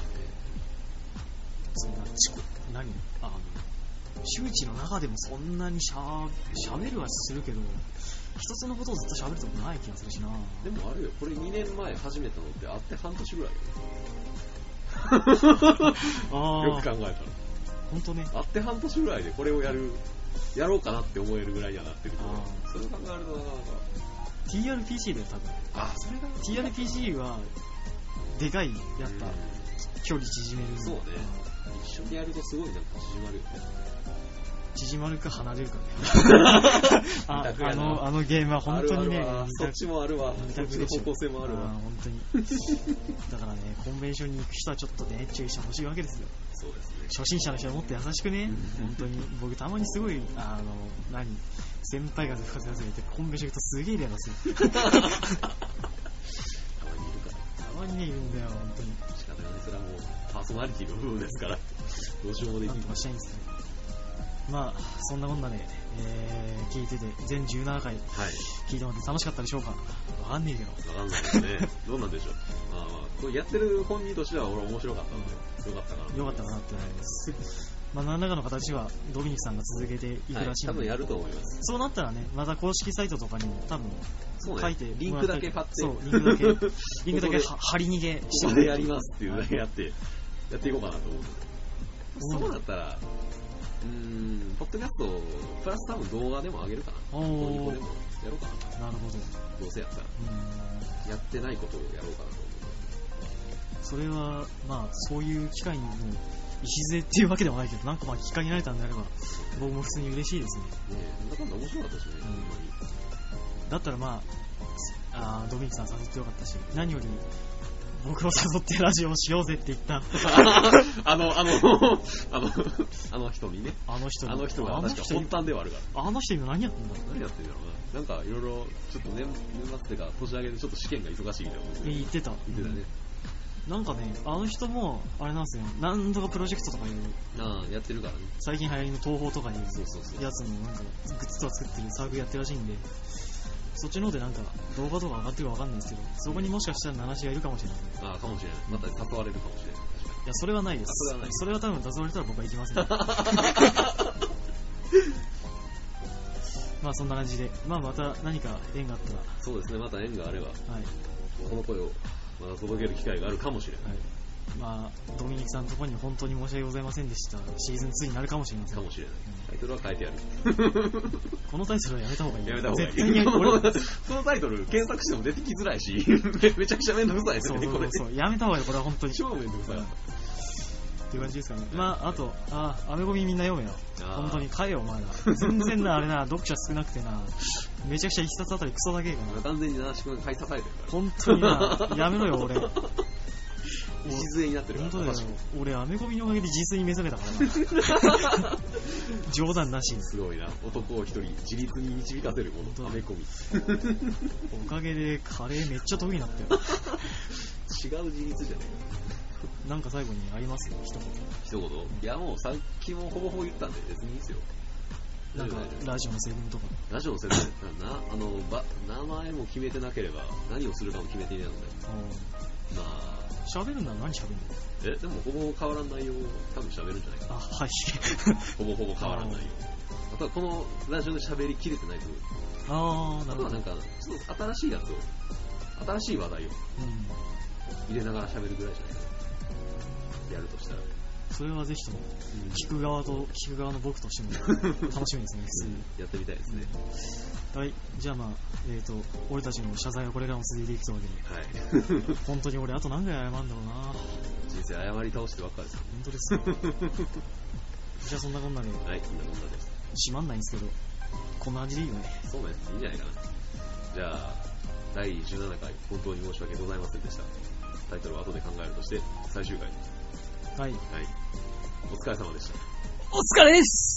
そんな、ちこ、何、あの、周知の中でもそんなにしゃべるはするけど、一つのことをずっとしゃべるってことない気がするしな。
でもあるよ、これ2年前始めたのってあって半年ぐらい
あ
よ。よく
あ、
考えたら。
ほんとね。
あって半年ぐらいでこれをやる、やろうかなって思えるぐらいにはなってるけど
あ、
それを考えるとなかなか、
TRPC だよ、多分。
あ、それが
TRPG は、でかい、やっぱ、
うん
距離縮める。
そうね一緒にやるとすごいなんか縮まるよね。
縮まるか離れ るかね。
二
あ
択や
あ
な
の、あのゲームは本当にね
あるわあるわ、
二
そっ
択
ちもあるわ。そっちの方向性もある
ー
わ。
本当に。 だからね、コンベンションに行く人はちょっとね、注意してほしいわけですよ。
そうですね。
初心者の人はもっと優しくね、本当に。僕たまにすごい、あの、何、先輩が深瀬先生がいて、コンベンション行くとすげえイライラ する。た
たまにいるから。
まにね、いるんだよ、本当に。
仕方ないそれはもうパーソナリティの部分ですからどうしようもでき
な
ない
んとかしたいんですけど。まあ、そんなこんなで、えー、聞いてて、全17回
はい
聞いてもらって楽しかったでしょうかわかんねえけど。
わかんないですねどうなんでしょうまあまあこれやってる本人としては俺面白かったのでよかったかな
よかったかなって思い ます。まあ、何らかの形はドミニクさんが続けていく
はい
らしいの
多
で、
分やると思います
そうなったらね、また公式サイトとかにも多分
そう
書
ね
いて
リン
も
ク
ら
だ
たり
け貼って
そう、リンクだけ、リンクだけ
ここ
は貼り逃げして
ここでやりますっていうだけや
は
ってやっていこうかなと思う
うん
そうだったらうーんポッドキャストプラス多分動画でも上げるかな
お
ニコニコ
ー
でもやろうかな
なるほど。
どうせやったら
うん
やってないことをやろうかなと思う
それは、まあ、そういう機会にも、礎っていうわけではないけど、なんかまあ、きっかけになれたんであれば、僕も普通に嬉しいですね。
ねえなんだかんだ面白かったしね、ほんまに
だったらまあ、あードミニクさん誘ってよかったし、何より、僕を誘ってラジオをしようぜって言った、
あの、あの、あの、あの人にね。
あの人に
あの人が
あの
確か
人
本
に
端ではあるから。
あの人今何やってんだろ
何やってんだろうな。なんかいろいろ、ちょっと年年末っていうか、年上げでちょっと試験が忙しいみたいなこと
う
言
言
っ
ってた。
てたね。
なんかね、あの人も、あれなんですよ、なんとかプロジェクトとかいう、
なあ、やってるからね。
最近流行りの東宝とかいう
そうそうそう。
やつのなんか、グッズとか作ってるサークルやってるらしいんで、そっちの方でなんか、動画とか上がってるかわかんないですけど、そこにもしかしたら名無しがいるかもしれない。
ああ、かもしれない。また誘われるかもしれない。確か
いや、それはないです。
あそれはない
それは多分、出されたら僕は行きません。 まあ、そんな感じで、まあ、また何か縁があったら、
に。そうですね、また縁があれば、
はい、
この声をまた届ける機会があるかもしれない。
はい。まあ、ドミニクさんのところに本当に申し訳ございませんでした。シーズン2になるかもしれません。
かもしれない。タイトルは変えてやる。
このタイトルはやめた方がいい。
やめた方がいい。
絶対にやめ 俺そう
このタイトル、検索しても出てきづらいし、 めちゃくちゃめんどくさいです
そ
よ
う
ね、こ
そ
れ
う。そう。やめた方がいい、これは本当に。
超めんどくさい。
っていう感じですかね。まあ、あと、あ、アメゴミみんな読めよ。
あー
本当に、買えよ、お前ら。全然な、あれな、読者少なくてな、めちゃくちゃ一冊あたりクソだけえからな。
完全に七宿が買い支えてるから。
本当にな、やめろよ、俺。お
礎になってるか
本
ら。
当だよ
確かに。
俺、アメゴミのおかげで自炊に目覚めたから な。冗談なしです。
すごいな。男を一人自立に導かせるこ
本当
の
だ
アメコミ。
おかげでカレーめっちゃ得意になったよ。
違う自立じゃね
なんか最後にありますよ、一言。
え一言。いやもうさっきもほぼほぼ言ったんで別にいいですよ。
なんか
大丈夫、
ラジオのセブンとか。
ラジオの先生、な、あの、ば、名前も決めてなければ何をするかも決めていないので。
あ
まあ、
ー喋るなら何喋るの
え、でもほぼほぼ変わらん内容を多分喋るんじゃないかな。
あ、はい。
ほぼほぼ変わらん内容。あとはこのラジオで喋りきれてない部分。
あー、なる
あと
ほど。
はな
うん
んか、ちょっと新しいやつを、新しい話題を入れながら喋るぐらいじゃないかな。やるとしたら。
それはぜひとも、聞く側と、聞く側の僕としても、 楽しみですね、普通に。
やってみたいですね。
はい、じゃあまあ、えっ、と、俺たちの謝罪はこれからも続いていくというわけで、
はい。
本当に俺あと何回謝るんだろうな本
人生謝り倒してばっかですよ。
当です よ。じゃあそんなこんなで、
はい、そんなこんなです。
閉まんないんですけど、こんな感じでいいよね。
そうね、いいんじゃないかな。じゃあ、第17回、本当に申し訳ございませんでした。タイトルは後で考えるとして、最終回です。
はい。
はい。お疲れ様でした。
お疲れです